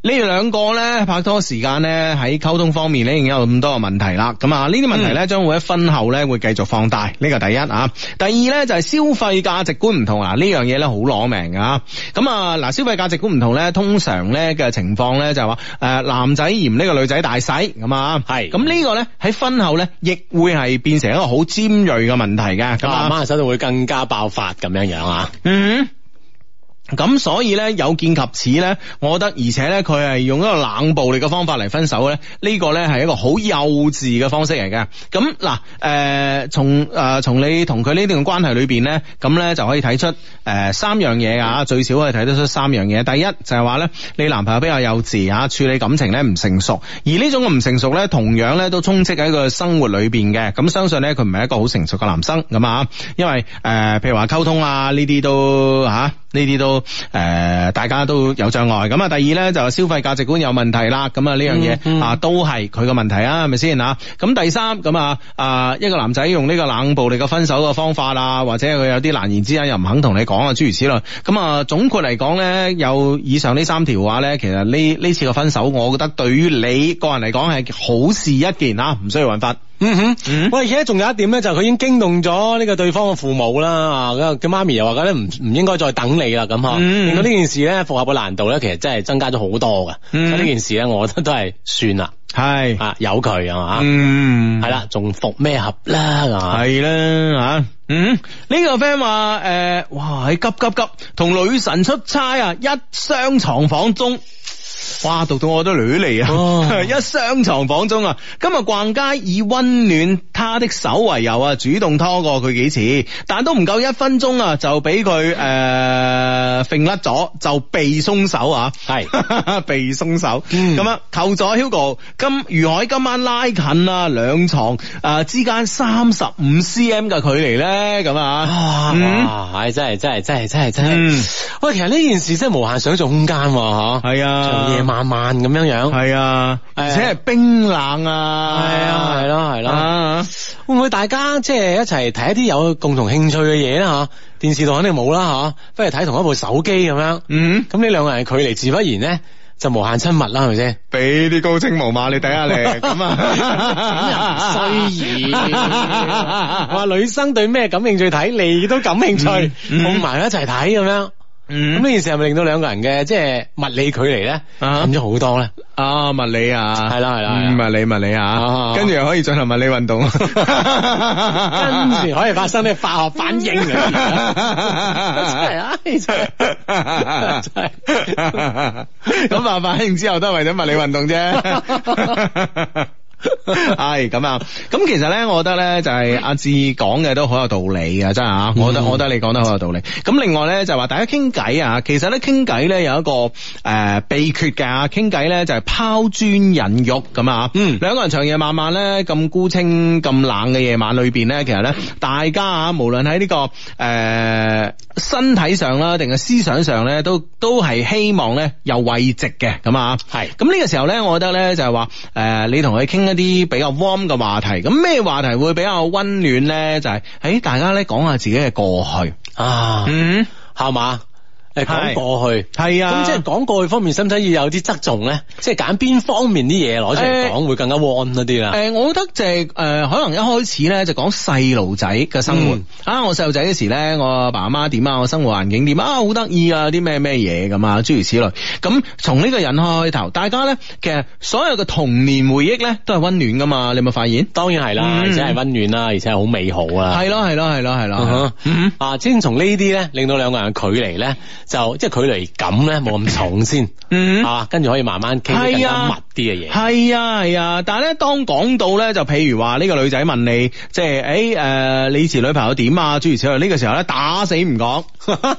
呢兩個咧拍拖時間咧喺溝通方面咧已經有咁多嘅問題啦，咁啊呢啲問題咧將會喺婚後咧會繼續放大，呢個第一啊。第二咧就係消費價值觀唔同啊，呢樣嘢咧好攞命噶。咁啊嗱，消費價值觀唔同咧，通常咧嘅情況咧就係話誒男仔嫌呢個女仔大細咁啊，
係
咁呢個咧喺婚後咧亦會係變成一個好尖鋭嘅問題嘅，咁
咁
啊
慢。慢手度會更加爆發咁樣樣啊。
嗯。咁所以咧有見及此咧，我覺得而且咧佢係用一個冷暴力嘅方法嚟分手咧，呢、個咧係一個好幼稚嘅方式嚟嘅。咁嗱，誒、從誒、從你同佢呢段關係裏邊咧，咁咧就可以睇出誒、三樣嘢啊，最少可以睇得出三樣嘢。第一就係話咧，你男朋友比較幼稚啊，處理感情咧唔成熟，而呢種嘅唔成熟咧，同樣咧都充斥喺佢嘅生活裏邊嘅。咁相信咧佢唔係一個好成熟嘅男生咁啊，因為誒、譬如話溝通啊呢啲都嚇。呢啲都誒、呃大家都有障礙。咁啊，第二咧就係消費價值觀有問題啦。咁啊，呢樣嘢啊，都係佢嘅問題啊，係咪先啊？咁第三咁啊，啊一個男仔用呢個冷暴力嘅分手嘅方法啊，或者佢有啲難言之隱又唔肯同你講啊，諸如此類。咁啊，總括嚟講咧，有以上呢三條話咧，其實呢呢次嘅分手，我覺得對於你個人嚟講係好事一件啊，唔需要揾法。
嗯
嗯
哼，喂，而家仲有一點咧，就係佢已經驚動咗呢個對方嘅父母啦，啊，咁佢媽咪又話覺得唔唔應該再等你啦，咁嗬，
嗯
令到呢件事咧復合嘅難度咧，其實真係增加咗好多嘅，
嗯
所以呢件事咧，我覺得都係算啦，
係，
啊，由佢啊嘛，
嗯，
係啦，仲復咩合啦，係嘛，
系啦吓，嗯，呢、個 friend 話诶，誒哇，急急急，同女神出差啊，一雙床房中。哇！讀到我都亂嚟啊！
哦
一雙床房中啊，今日逛街以温暖他的手為由啊，主動拖過佢幾次，但都唔夠一分鐘啊，就俾 佢诶揈甩咗，就被鬆手啊！
係。
被鬆手，
嗯
咁啊、求助 Hugo，今如海今晚拉近啦，兩床啊、之間三十五 cm 嘅距離咧，咁啊，嗯，
哇！唉，真係真係真係真係真
嗯
係，喂，其實呢件事真係無限想象空間喎，嗬，
係啊
長夜漫漫咁樣樣，
係啊，
係啊
而且係冰冷啊，
係啊係咯係咯
啊
會唔會大家即係一齊睇一啲有共同興趣嘅嘢啦吓？電視度肯定冇啦吓，不如睇同一部手機咁樣。
嗯，
咁呢兩個人嘅距離自不然咧就無限親密啦，係咪先？
俾啲高清無碼你睇下 你，咁啊，
雖
嗯
然 話女生對咩感興趣睇，你都感興趣，
嗯嗯
碰埋一齊睇咁樣。咁
嗯
呢件事係咪令到兩個人嘅即係物理距離咧
啊
近咗好多咧？
啊，物理啊，
係啦係啦係啦
嗯物理物理啊
啊，
跟住又可以進行物理運動，
跟住可以發生啲化學反應 啊！真係唉真係真係。
咁啊，反應之後都係為咗物理運動 啫。係咁啊，咁其實咧，我覺得咧就係阿志講嘅都好有道理嘅，真係啊！我
嗯
覺得我覺得你講得好有道理。咁另外咧就話大家傾偈啊，其實咧傾偈咧有一個誒、呃秘訣嘅啊，傾偈咧就係拋磚引玉咁啊。
嗯
兩個人長夜漫漫咧咁孤清咁冷嘅夜晚裏邊咧，其實咧大家啊，無論喺呢個誒、呃身體上啦，定係思想上咧，都都係希望咧有慰藉嘅咁啊。
係
咁呢個時候咧，我覺得咧就係話，誒、你同佢傾一啲比較 warm 嘅話題，咁咩話題會比較温暖咧？就係、誒、大家咧講下自己嘅過去，
啊，
嗯，
係嘛？誒、诶
係
講過去。
係啊
咁即係講過去方面，使唔使要有啲側重咧？即係揀邊方面啲嘢攞出嚟講，會更加 warm 一啲啦。
诶、我覺得就係呃可能一開始咧就講細路仔嘅生活、
嗯
啊，我細路仔嗰時咧，我阿爸阿媽點啊，我生活環境點啊，好得意啊，啲咩咩嘢咁啊，諸如此類。咁從呢個人開頭，大家咧其實所有嘅童年回憶咧都係温暖噶嘛，你有冇發現？
當然係啦，
嗯
而且係温暖啦，而且係好美好啦。
係咯係咯係咯係咯
啊，
啊嗯
啊，先從呢啲咧，令到兩個人嘅距離咧，就即係距離感咧冇咁重先，
嗯。
啊，跟住可以慢慢傾得更
係
加
啊
密啲嘅嘢。
係啊係啊，但係咧，當講到咧，就譬如話呢個女仔問你，即係诶诶，你以前女朋友點啊？諸如此類，呢、個時候咧，打死唔講，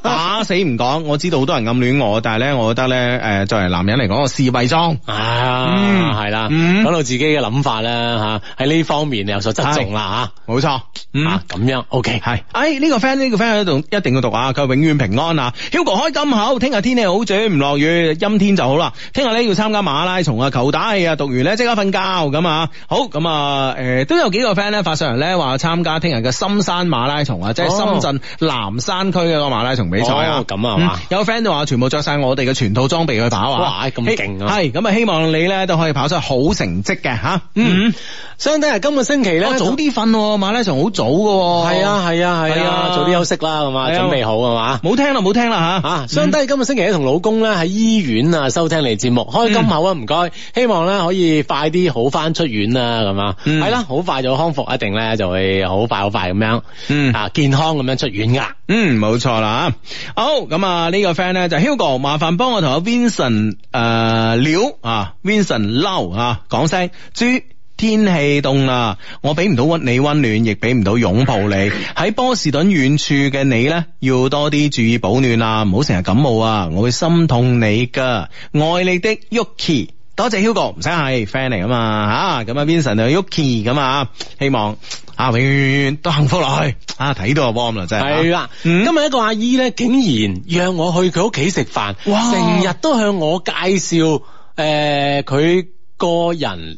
打死唔講。我知道好多人暗戀我，但係咧，我覺得咧，诶、作為男人嚟講，我事必裝。嗯
啊，係啦，
嗯
講到自己嘅諗法啦，吓喺呢方面你有所側重啦，
冇錯，
吓
嗯。
啊咁樣 OK
系，哎呢、個 friend 呢、個 friend 喺度一定要讀啊，佢話永遠平安啊！Hugo 開金口，聽日天氣好轉，唔落雨，陰天就好啦。聽日咧要參加馬拉松啊，求打氣啊，讀完咧即刻瞓覺咁啊。好咁啊，诶、都有幾個 friend 咧發上嚟咧話參加聽日嘅深山馬拉松啊，即係
哦
深圳南山區嘅一個馬拉松比賽啊
哦。咁啊係嘛
有 friend 就話全部着晒我哋嘅全套裝備去跑啊。
哇咁勁啊
係咁啊，希望你咧都可以跑出好成績嘅吓。嗯，
相睇係今個星期咧，
哦我早啲瞓喎，馬拉松好早噶、喎。
係啊係啊係
係
啊
啊，
早啲休息啦，咁啊，
係啊
準備好係嘛。
冇聽啦，冇聽啦吓
啊， 相低今個星期咧同老公咧喺醫院啊收聽你節目，開金口啊唔該，希望咧可以快啲好翻出院啦咁啊，
嗯
係啦，好快就康復，一定咧就會好快好快咁樣，
嗯
啊健康咁樣出院噶，
嗯，冇錯啦吓。好，咁啊呢個 friend 咧就 Hugo，麻煩幫我同阿 Vincent 诶、料啊，Vincent 嬲啊，講聲豬。天氣凍啊啦，啊我俾唔到温你温暖，亦俾唔到擁抱你。喺波士頓遠處嘅你呢，要多啲注意保暖啦，唔好成日感冒啊，我會心痛你噶。愛你的 Yuki。多謝 Hugo，唔使係 friend 嚟噶嘛吓，咁啊 Vincent 同 Yuki 咁啊，希望啊永遠都幸福落去啊，睇到就 warm 啦真係。
係啦，今
嗯
日一個阿姨咧竟然約我去佢屋企食飯，
哇
成日都向我介紹誒佢個人。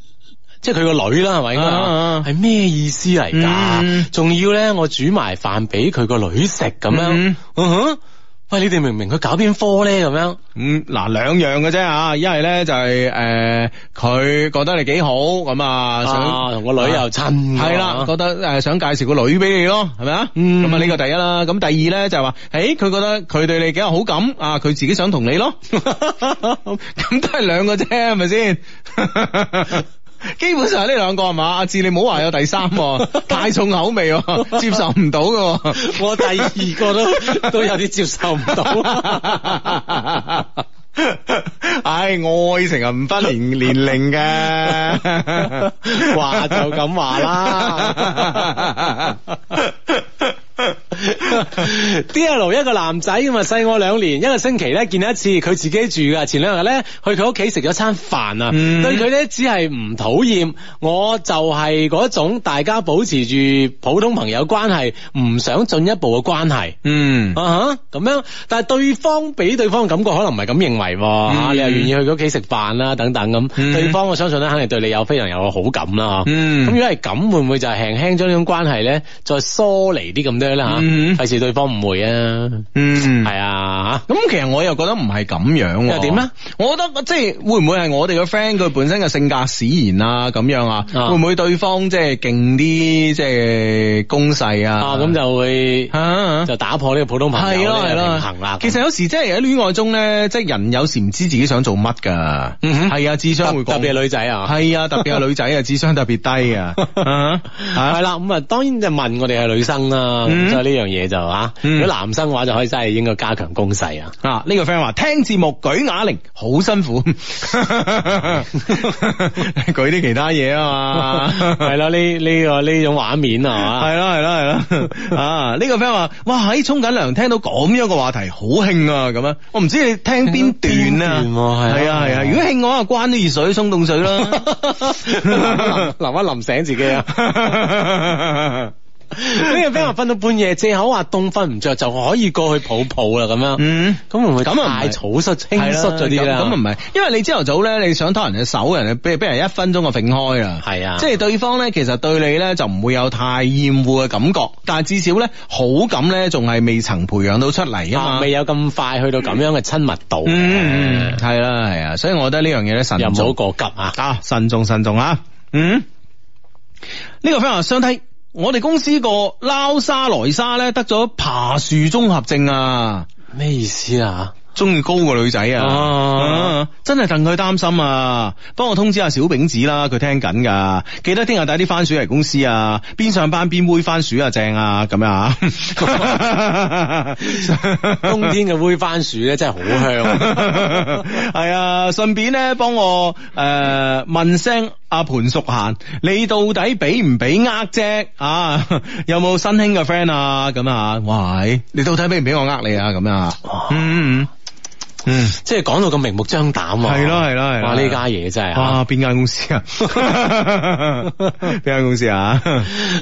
即係佢個女啦，係咪？應該
啊啊啊
係咩意思嚟㗎
嗯？
仲要咧，我煮埋飯俾佢個女食咁樣
嗯。
嗯哼，喂，你哋明唔明佢搞邊科咧？咁樣
嗯，嗱兩樣嘅啫嚇，一係咧就係誒佢覺得你幾好咁啊，
啊
想
同個女又親㗎
係啦，覺得誒想介紹個女俾你咯，係咪啊？
嗯
咁啊呢個第一啦，咁第二咧就係話，誒佢覺得佢對你幾有好感啊，佢自己想同你咯， 咁都係兩個啫，係咪先？ 基本上係呢兩個係嘛，阿志你唔好話有第三喎， 太重口味喎，接受唔到嘅喎。
我第二個 都都有啲接受唔到。
唉，愛情啊唔分年年齡嘅，
話就咁話啦 D L 一個男仔咁啊，細我兩年，一個星期咧見一次，佢自己住噶。前兩日咧去佢屋企食咗餐飯啊，
嗯
對佢咧只係唔討厭，我就係嗰種大家保持住普通朋友關係，唔想進一步嘅關係。
嗯。
啊哈，咁樣，但係對方俾對方嘅感覺可能唔係咁認為喎、啊
嗯
你又願意去佢屋企食飯啦，等等咁，
嗯
對方我相信咧，肯定對你有非常有好感啦，啊嚇
嗯
咁如果係咁，會唔會就係輕輕將呢種關係咧，再疏離啲咁多咧嚇？
嗯
費事對方誤會啊，
嗯，
係啊
咁其實我又覺得唔係咁樣喎。
又點咧？
我覺得即係會唔會係我哋嘅 friend 佢本身嘅性格使然啊咁樣啊？
啊
會唔會對方即係勁啲即係攻勢啊？
嚇，啊咁就會
啊
就打破呢個普通朋
係
友
咯係
呢個平
咯
衡啦。，
其實有時即係喺戀愛中咧，即係人有時唔知自己想做乜㗎。
嗯哼
係啊，智
特
商會
特別係女仔啊。
係啊，特別係女仔啊，智商特別低 啊。啊
系啦，咁啊，當然就問我哋係女生啦，咁
嗯
所以呢樣嘢就啊，
嗯
如果男生嘅話就可以真係應該加強攻勢啊。
啊！呢、個 friend 話聽節目舉啞鈴好辛苦， 舉啲其他嘢 啊嘛。
系啦，呢呢个呢种画面啊，
係啦係啦係啦，啊！呢、個 friend 話：哇喺沖緊涼聽到咁樣嘅話題，好興啊！咁樣，我唔知你聽邊段啊？
聽到邊段喎係啊
係啊係啊！如果興嘅話，關啲熱水沖凍水啦。
淋一淋醒自己啊！呢個 friend 話瞓到半夜，借口話凍瞓唔着就可以過去抱抱啦咁樣。
嗯。
咁會唔會
咁啊唔係
太草率、輕率咗啲啦？
咁啊咁唔係，因為你朝頭早咧，你想拖人嘅手，人哋俾俾人一分鐘就揈開啦。
係啊
即係對方咧，其實對你咧就唔會有太厭惡嘅感覺，但係至少咧好感咧仲係未曾培養到出嚟啊
啊
嘛。
未有咁快去到咁樣嘅親密度。
嗯，嗯，嗯係啦係啊，所以我覺得呢樣嘢咧慎
又唔好
重
過急啊！
啊，慎重慎重啊。嗯，呢個 friend 話相睇。我哋公司個撈沙萊沙咧得咗爬樹綜合症啊！
咩意思啊？
中意高個女仔啊，
哦
啊真係戥佢擔心啊！幫我通知下小炳子啦，佢聽緊噶，記得聽日帶啲番薯嚟公司啊，邊上班邊煨番薯啊，正啊， 咁樣啊，
冬天嘅煨番薯咧真係好 香，啊
係啊，順便咧幫我诶、呃、问聲阿盤淑娴，你到底俾唔俾呃啫？啊，有冇新興嘅 friend 啊？咁啊，喂，你到底俾唔俾我呃你啊？咁樣啊，嗯嗯嗯。
即係講到咁明目張膽啊！
係咯係咯係咯
哇！呢家嘢真係啊
啊，邊間公司 啊？邊間公司啊？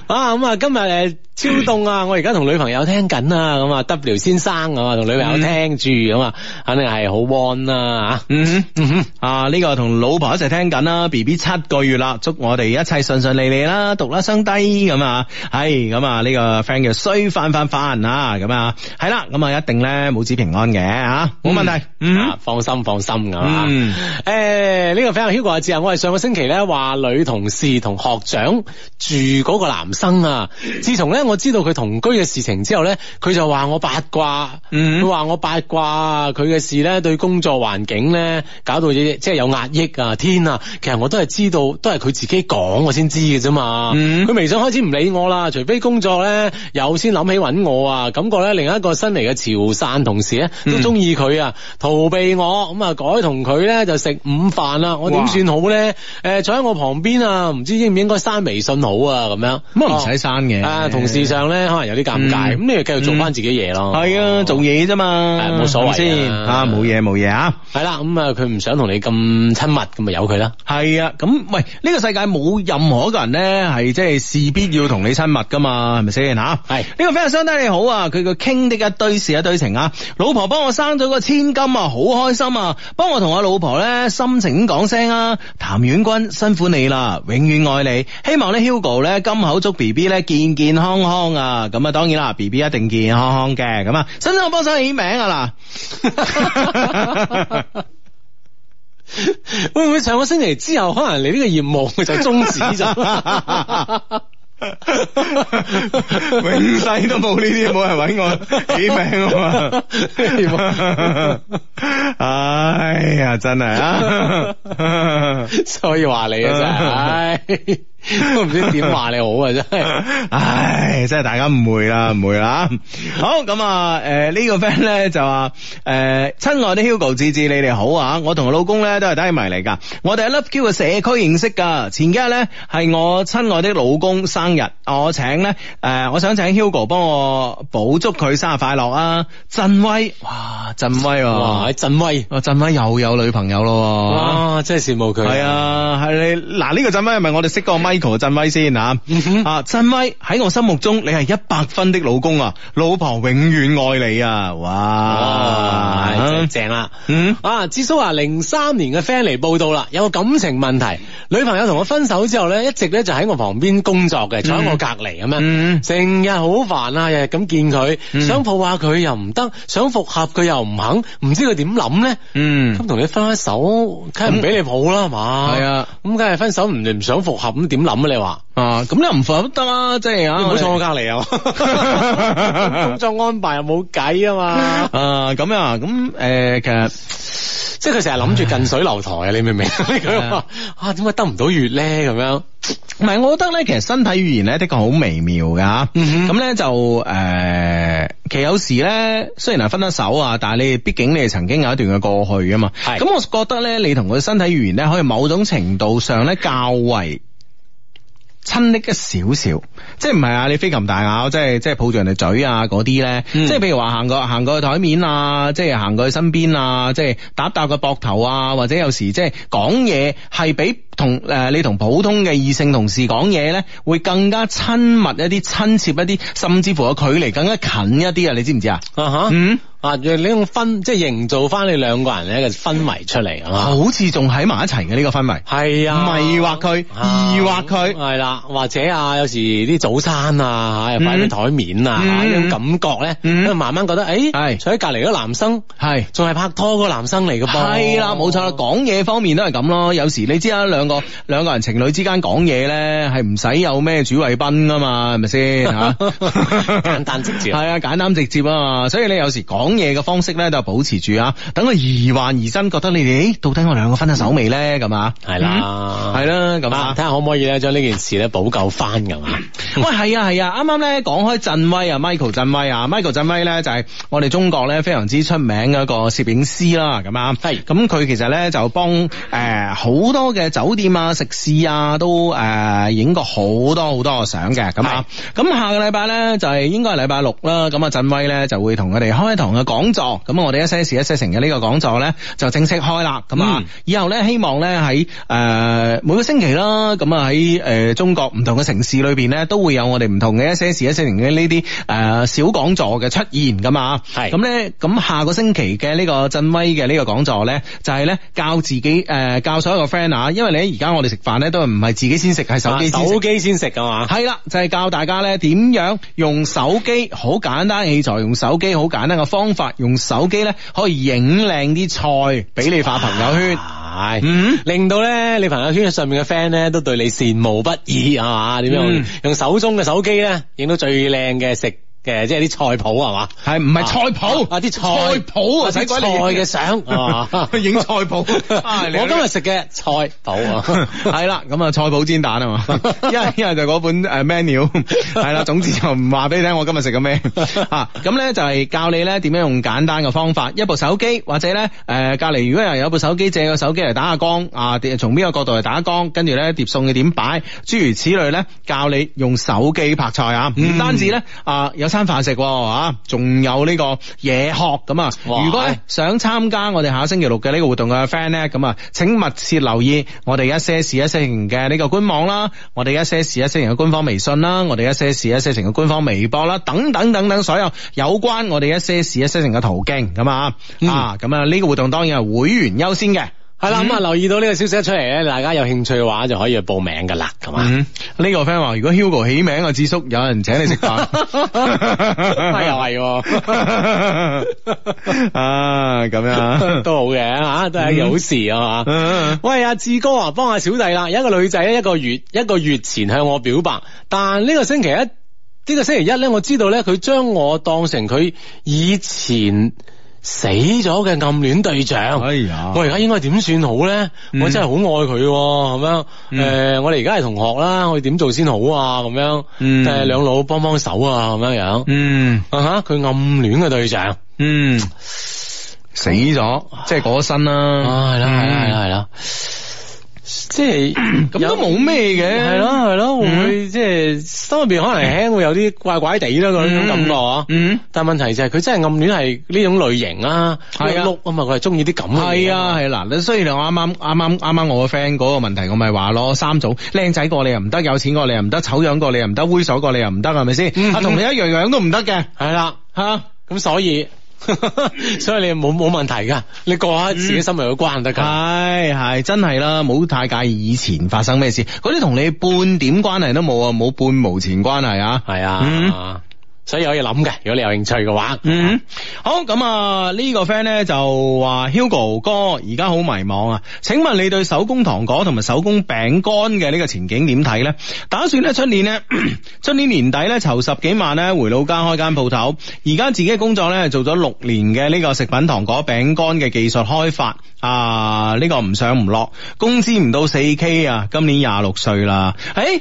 啊咁啊，今日誒超 凍啊！我而家同女朋友聽緊啊，咁啊 W 先生啊，同女朋友聽住咁啊，肯定係好 warm 啦嚇。
嗯哼，啊呢、個同老婆一齊聽緊啦，B B 七個月啦，祝我哋一切順順利利啦，獨啦生低咁啊，係咁啊呢、個 friend 叫衰翻翻翻啊，咁啊係啦，咁啊一定咧母子平安嘅啊，冇問題，
啊，放心放心咁啊！
嗯
誒呢個 friend Hugo 阿志啊，我係上個星期咧話女同事同學長住嗰個男生啊，自從咧我知道佢同居嘅事情之後咧，佢就話我八卦，
嗯
佢話我八卦佢嘅事咧，對工作環境咧搞到即係有壓抑啊！天啊，其實我都係知道，都係佢自己講我先知嘅啫嘛。
嗯
佢微信開始唔理我啦，除非工作咧有先諗起揾我啊。感覺咧另一個新嚟嘅潮汕同事咧
嗯
都中意佢啊，逃避我咁啊，改同佢咧就食午飯啦。我點算好咧？誒、坐喺我旁邊啊，唔知應唔應該刪微信好啊？咁樣
咁啊唔使刪嘅
啊，同事上咧可能有啲尷尬，咁、
嗯
你就繼續做翻自己嘢咯。
係啊，做嘢啫嘛，
係冇所謂啊
係咪先啊，冇嘢冇嘢啊。
系啦，咁啊，佢唔想同你咁親密，咁咪由佢啦。
係啊，咁喂，呢、個世界冇任何一個人咧係即係事必要同你親密噶嘛，係咪先啊吓？
係
呢個 friend 相低你好啊，佢個傾的一堆事一堆情啊，老婆幫我生咗個千金啊，好開心啊，幫我同我老婆咧心情講聲啊，譚婉君辛苦你啦，永遠愛你，希望咧 Hugo 咧金口祝 B B 咧健健康康啊，咁啊當然啦，B B 一定健健康康嘅，咁啊，使唔使我幫手起名啊嗱？
會唔會上個星期之後，可能你呢個業務就終止 咗？
永世都冇呢啲，冇人揾我起名啊嘛！ 哎呀，真係 啊！
所以話你啊真係，唉都唔知點話你好啊真係。
唉，真係大家誤會啦，誤會啦。好咁啊，誒、呢、個 friend 咧就話誒，親愛的 Hugo 志志，你哋好啊！我同我老公咧都係低迷嚟㗎，我哋喺 Love Q 嘅社區認識㗎。前幾日咧係我親愛的老公生日，我請咧誒、我想請 Hugo 幫我補祝佢生日快樂啊！振威，哇，振威喎、
哇！振威，
啊，振威又有女朋友咯喎、
哇！真係羨慕佢。
啊係，啊，係你嗱呢個振威係咪我哋識嗰個 Michael 振威先啊？
嗯
啊，振威喺我心目中你係一百分的老公啊，老婆永遠愛你啊！哇
哇！，真係啊正啦。
啊嗯
啊，智叔話零三年嘅 friend 嚟報道啦，有個感情問題，女朋友同我分手之後咧，一直咧就喺我旁邊工作嘅，坐喺我隔離咁
嗯
樣，成日好煩啊，日日咁見佢，想抱下佢又唔得，想復合佢又唔肯，唔知佢點諗咧。
嗯
咁啊同你分開手，梗係唔俾你抱啦，係嘛？
係啊，
咁梗係分手唔唔想復合，咁點諗啊？你話？
啊，咁你唔符合都得啦，即係啊，
你唔好坐我
哋
隔 離啊！ 工作安排又冇計啊嘛，
啊咁啊，咁誒其實。
即係佢成日諗住近水樓台啊！你明 唔明？佢話 啊，點解得唔到月咧？咁樣
唔係，我覺得咧，其實身體語言咧，的確好微妙㗎。
嗯哼
咁咧就誒、呃其實有時咧，雖然係分咗手啊，但係你哋畢竟你哋曾經有一段嘅過去啊嘛。
係
咁我覺得咧，你同佢身體語言咧，可以某種程度上咧較為親昵一少少，即係唔係啊？你飛擒大咬，即係即係抱住人哋嘴啊嗰啲咧，
嗯
即係譬如話行過行過去台面啊，即係行過去身邊啊，即係搭搭個膊頭啊，或者有時即係講嘢係比同誒、呃你同普通嘅異性同事講嘢咧，會更加親密一啲、親切一啲，甚至乎個距離更加近一啲啊！你知唔知啊？
啊哈，
嗯。
啊，用呢種氛即係營造翻你兩個人嘅一個氛圍出嚟啊嘛。
好似仲喺埋一齊嘅呢個氛圍。
係啊，
迷惑佢
啊
疑惑佢
係啦，或者啊，有時啲早餐啊，嚇又擺喺
嗯
台面啊，嚇
嗯
呢種感覺咧，
嗯
咁啊慢慢覺得，誒，
係
坐喺隔離嗰個男生，
係
仲係拍拖嗰個男生嚟嘅噃，
係啦，冇錯啦，講嘢方面都係咁咯。有時你知啦，兩個兩個人情侶之間講嘢咧，係唔使有咩主謂賓噶嘛，係咪先 吓？
簡單直接
係啊，簡單直接啊嘛。所以你有時講嘢嘅方式咧，就保持住啊，等佢疑幻疑真，覺得你哋咦到底我兩個分咗手未咧？咁啊，
係啦
嗯係啦，咁
啊
啊
睇。下可唔可以咧將呢件事咧補救翻㗎嘛？
喂，係啊，係啊，啱啱咧講開振威啊，Michael 振威啊，Michael 振威咧就係我哋中國咧非常之出名嘅一個攝影師啦，咁啊，
係
咁佢其實咧就幫誒好多嘅酒店啊、食肆啊都誒影過好多好多嘅相嘅，咁啊，咁下個禮拜咧就係應該係禮拜六啦，咁啊振威咧就會同我哋開一堂嘅講座，咁我哋一些事一些情嘅呢個講座咧就正式開啦，咁啊
嗯，
以後咧希望咧喺誒每個星期啦，咁啊喺誒中國唔同嘅城市裏邊咧，都會有我哋唔同嘅一些事一些情嘅呢啲誒小講座嘅出現㗎嘛。
係
咁咧，咁下個星期嘅呢個振威嘅呢個講座咧，就係咧教自己誒、呃教所有嘅 friend 啊，因為你而家我哋食飯咧都唔係自己先食，係啊手機先食
啊手。機先食㗎嘛？
系啦，就係教大家咧點樣用手機好簡單器材，用手機好簡單嘅方法，用手機咧可以影靚啲菜俾你發朋友圈。
係，
嗯
令到咧你朋友圈上面嘅 friend 咧都對你羨慕不已，係嘛？點樣用
嗯
用手中嘅手機咧影到最靚嘅食嘅，即係啲菜譜係嘛？
係唔係菜譜
啊？啲菜
菜譜啊
啲
使鬼
菜
理？
嘅相係嘛
影菜 譜啊你
我今日食嘅菜譜 啊，
係啦，咁啊菜譜煎蛋啊 嘛，一係一係就嗰本誒 menu，係啦，總之就唔話俾你聽我今日食嘅 咩啊，咁咧就係教你咧點樣用簡單嘅方法，一部手機或者咧誒隔離如果有人有部手機借個手機嚟打下光啊，從邊個角度嚟打光，跟住咧碟餸嘅點擺，諸如此類咧，教你用手機拍菜啊，唔
嗯
單止咧啊有餐飯食喎啊，仲有呢個嘢學咁啊，
哇
如果咧。想參加我哋下星期六嘅呢個活動嘅 friend 咧，咁啊，請密切留意我哋一些事一些情嘅呢個官網啦，我哋一些事一些情嘅官方微信啦，我哋一些事一些情嘅官方微博啦，等等等等，所有有關我哋一些事一些情嘅途徑咁啊，
嗯
啊，咁啊，呢個活動當然係會員優先嘅。
係啦，咁
嗯
啊留意到呢個消息一出嚟咧，大家有興趣嘅話就可以去報名㗎啦，咁啊。
嗯，呢個 friend 話如果 Hugo 起名啊，智叔有人請你食飯，嗯
啊 又係喎
啊，咁樣 啊
都好嘅吓，啊都係一件好事啊嘛。
嗯
喂，阿志哥啊，幫下小弟啦，有一個女仔一個月一個月前向我表白，但呢個星期一呢、個星期一咧，我知道咧佢將我當成佢以前。死咗嘅暗戀對 象，
哎呀
我而家應該點算好咧？
嗯
我真係好愛佢喎咁樣。誒、
嗯
我哋而家係同學啦，我哋點做先好啊？咁樣，誒、
嗯
兩老幫幫手啊，咁樣樣。
嗯。
啊哈，佢暗戀嘅對象。
嗯，死咗，即係過咗身啦。
啊，係啦，係啦，係
啦，
啦，係啦，即係
咁都冇咩嘅，
係咯，係咯，會唔會
嗯
即係心入邊可能輕會有啲怪怪地啦嗰種感覺啊？
嗯。
但問題就係佢真係暗戀係呢種類型啊，
係啊
碌啊嘛，佢係中意啲咁嘅嘢
係啊，係嗱，你雖然我啱啱啱啱啱啱我個 friend 嗰個問題，我咪話咯，三種靚仔過你又唔得，有錢過你又唔得，醜樣過你又唔得，猥瑣過你又唔得，係咪
嗯
先？啊，同你一樣樣都唔得嘅，
係啦，
吓。
咁所以 所以你冇冇問題㗎，你過下自己心入嘅關就得
嗯
㗎。
係係真係啦，冇太介意以前發生咩事，嗰啲同你半點關係都冇啊，冇半毛錢關係啊。
係
嗯
啊，所以可以諗嘅，如果你有興趣嘅話。
嗯，好咁啊！呢個 friend 咧就話 Hugo 哥而家好迷茫啊，請問你對手工糖果同埋手工餅乾嘅呢個前景點睇呢？打算咧出年呢， 出年年底咧籌十幾萬咧回老家開間鋪頭，而家自己嘅工作咧做咗六年嘅呢個食品糖果餅乾嘅技術開發啊，呢、個唔上唔落，工資唔到四 K 啊，今年廿六歲啦，誒、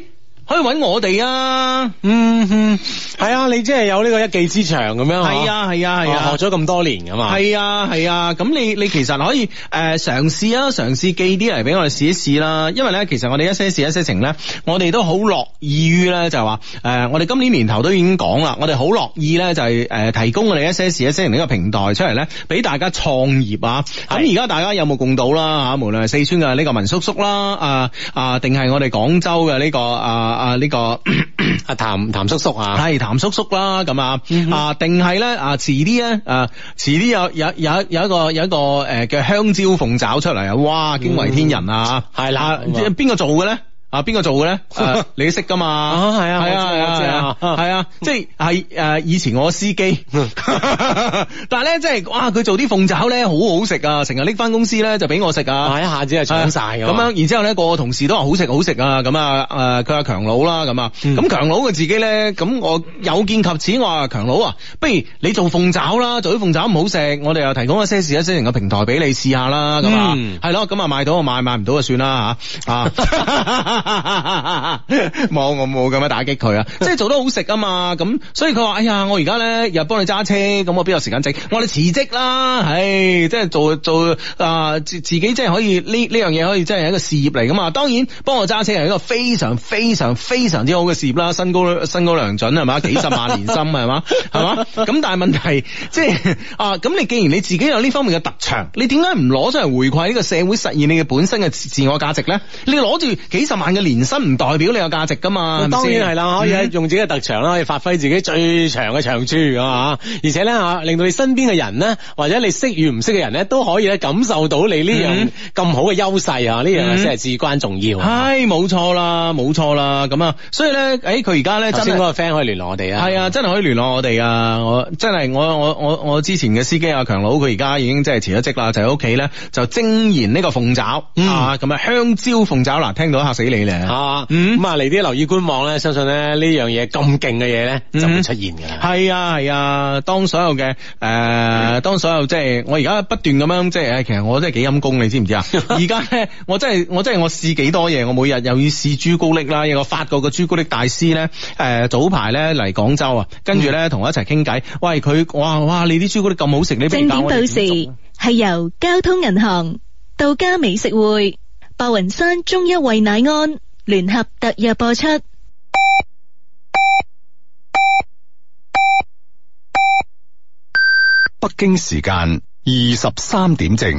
可以揾我哋啊。
嗯嗯，系啊，你即係有呢個一技之長咁樣
係啊係啊係啊
哦學咗咁多年噶嘛，
系啊系啊，咁你你其實可以诶尝试啊，嘗試寄啲嚟俾我哋試一試啦。因為咧，其實我哋一些事一些情咧，我哋都好樂意於咧就係話诶、誒我哋今年年頭都已經講啦，我哋好樂意咧就係誒提供我哋一些事一些情呢個平台出嚟咧，俾大家創業啊。咁而家大家有目共睹啦嚇，無論係四川嘅呢個文叔叔啦，啊啊，定係我哋廣州嘅呢、個啊啊呢、個。
阿譚譚叔叔啊，嗯
系谭叔叔啦，咁啊，啊，定係咧啊，遲啲咧啊，遲啲有有有有一個有一個诶嘅香蕉鳳爪出嚟啊，哇，驚為天人啊，
嗯係啦
啊
咁啊
邊個做嘅咧？啊，邊個做嘅 咧？啊你都識噶嘛？
啊係啊
係啊，
我知
係啊，
我知
係啊
啊
係啊，即係係诶，以前我司 機，但係咧，即係哇，佢做啲鳳爪咧，好好食啊，成日拎翻公司咧就俾我食啊
啊，一下子係搶晒啊㗎
咁
嘛
樣，然之後咧，個個同事都話好食好食啊，咁啊，誒佢話強佬啦，咁啊，
嗯
咁強佬佢自己咧，咁我有見及此，我話強佬啊，不如你做鳳爪啦，做啲鳳爪唔好食，我哋又提供一些事一些情嘅平台俾你試下啦，咁啊
嗯，
係咯，咁啊買到就買，買唔到就算啦嚇啊， 冇我冇咁樣打擊佢啊，即係做得好食啊嘛，咁所以佢話，哎呀，我而家咧又幫你揸車，咁我邊有時間整？我哋辭職啦，唉，即係做做啊自自己即係可以呢呢樣嘢可以真係一個事業嚟噶嘛，當然幫我揸車係一個非常非常非常之好嘅事業啦，身高身高良準係 嘛，幾十萬年薪係嘛，係嘛，咁但係問題即係啊，咁你既然你自己有呢方面嘅特長，你點解唔攞出嚟回饋呢個社會，實現你嘅本身嘅自自我價值咧？你攞住幾十萬嘅年薪唔代表你有價值噶嘛，係咪
當
先嗯
然係啦，可以喺用自己嘅特長啦，可以發揮自己最長嘅長處咁啊！而且咧嚇，令到你身邊嘅人咧，或者你識與唔識嘅人咧，都可以咧感受到你呢
嗯
樣咁好嘅優勢啊！呢樣嘢先係至關重要啊。
唉，冇錯啦，冇錯啦，咁啊，所以咧，诶，佢而家咧
頭
真
先
係
嗰個 friend 可以聯絡我哋啊。
係啊，真係可以聯絡我哋啊！我真係我我我我之前嘅司機阿強佬，佢而家已經即係辭咗職啦，就喺屋企咧就精研呢個鳳爪、啊，咁啊香蕉鳳爪嗱，聽到嚇死你咧
係嘛，
嗯
咁嗯啊嚟啲留意官網咧，相信咧呢樣嘢咁勁嘅嘢咧就
嗯
會出現㗎啦。
係啊係啊，當所有嘅誒、呃，當所有即係我而家不斷咁樣即係，唉其實我真係幾陰功，你知唔知啊？而家咧，我真係我真係我試幾多嘢，我每日又要試朱古力啦，有個法國嘅朱古力大師咧，誒、早排咧嚟廣州啊，跟住咧同我一齊傾偈，喂佢哇哇你啲朱古力咁好食，你不如
正
教
點
我
報
哋點做
時係由交通銀行、道家美食會、白雲山中一惠乃安聯合特約播出。
北京時間二十三點正。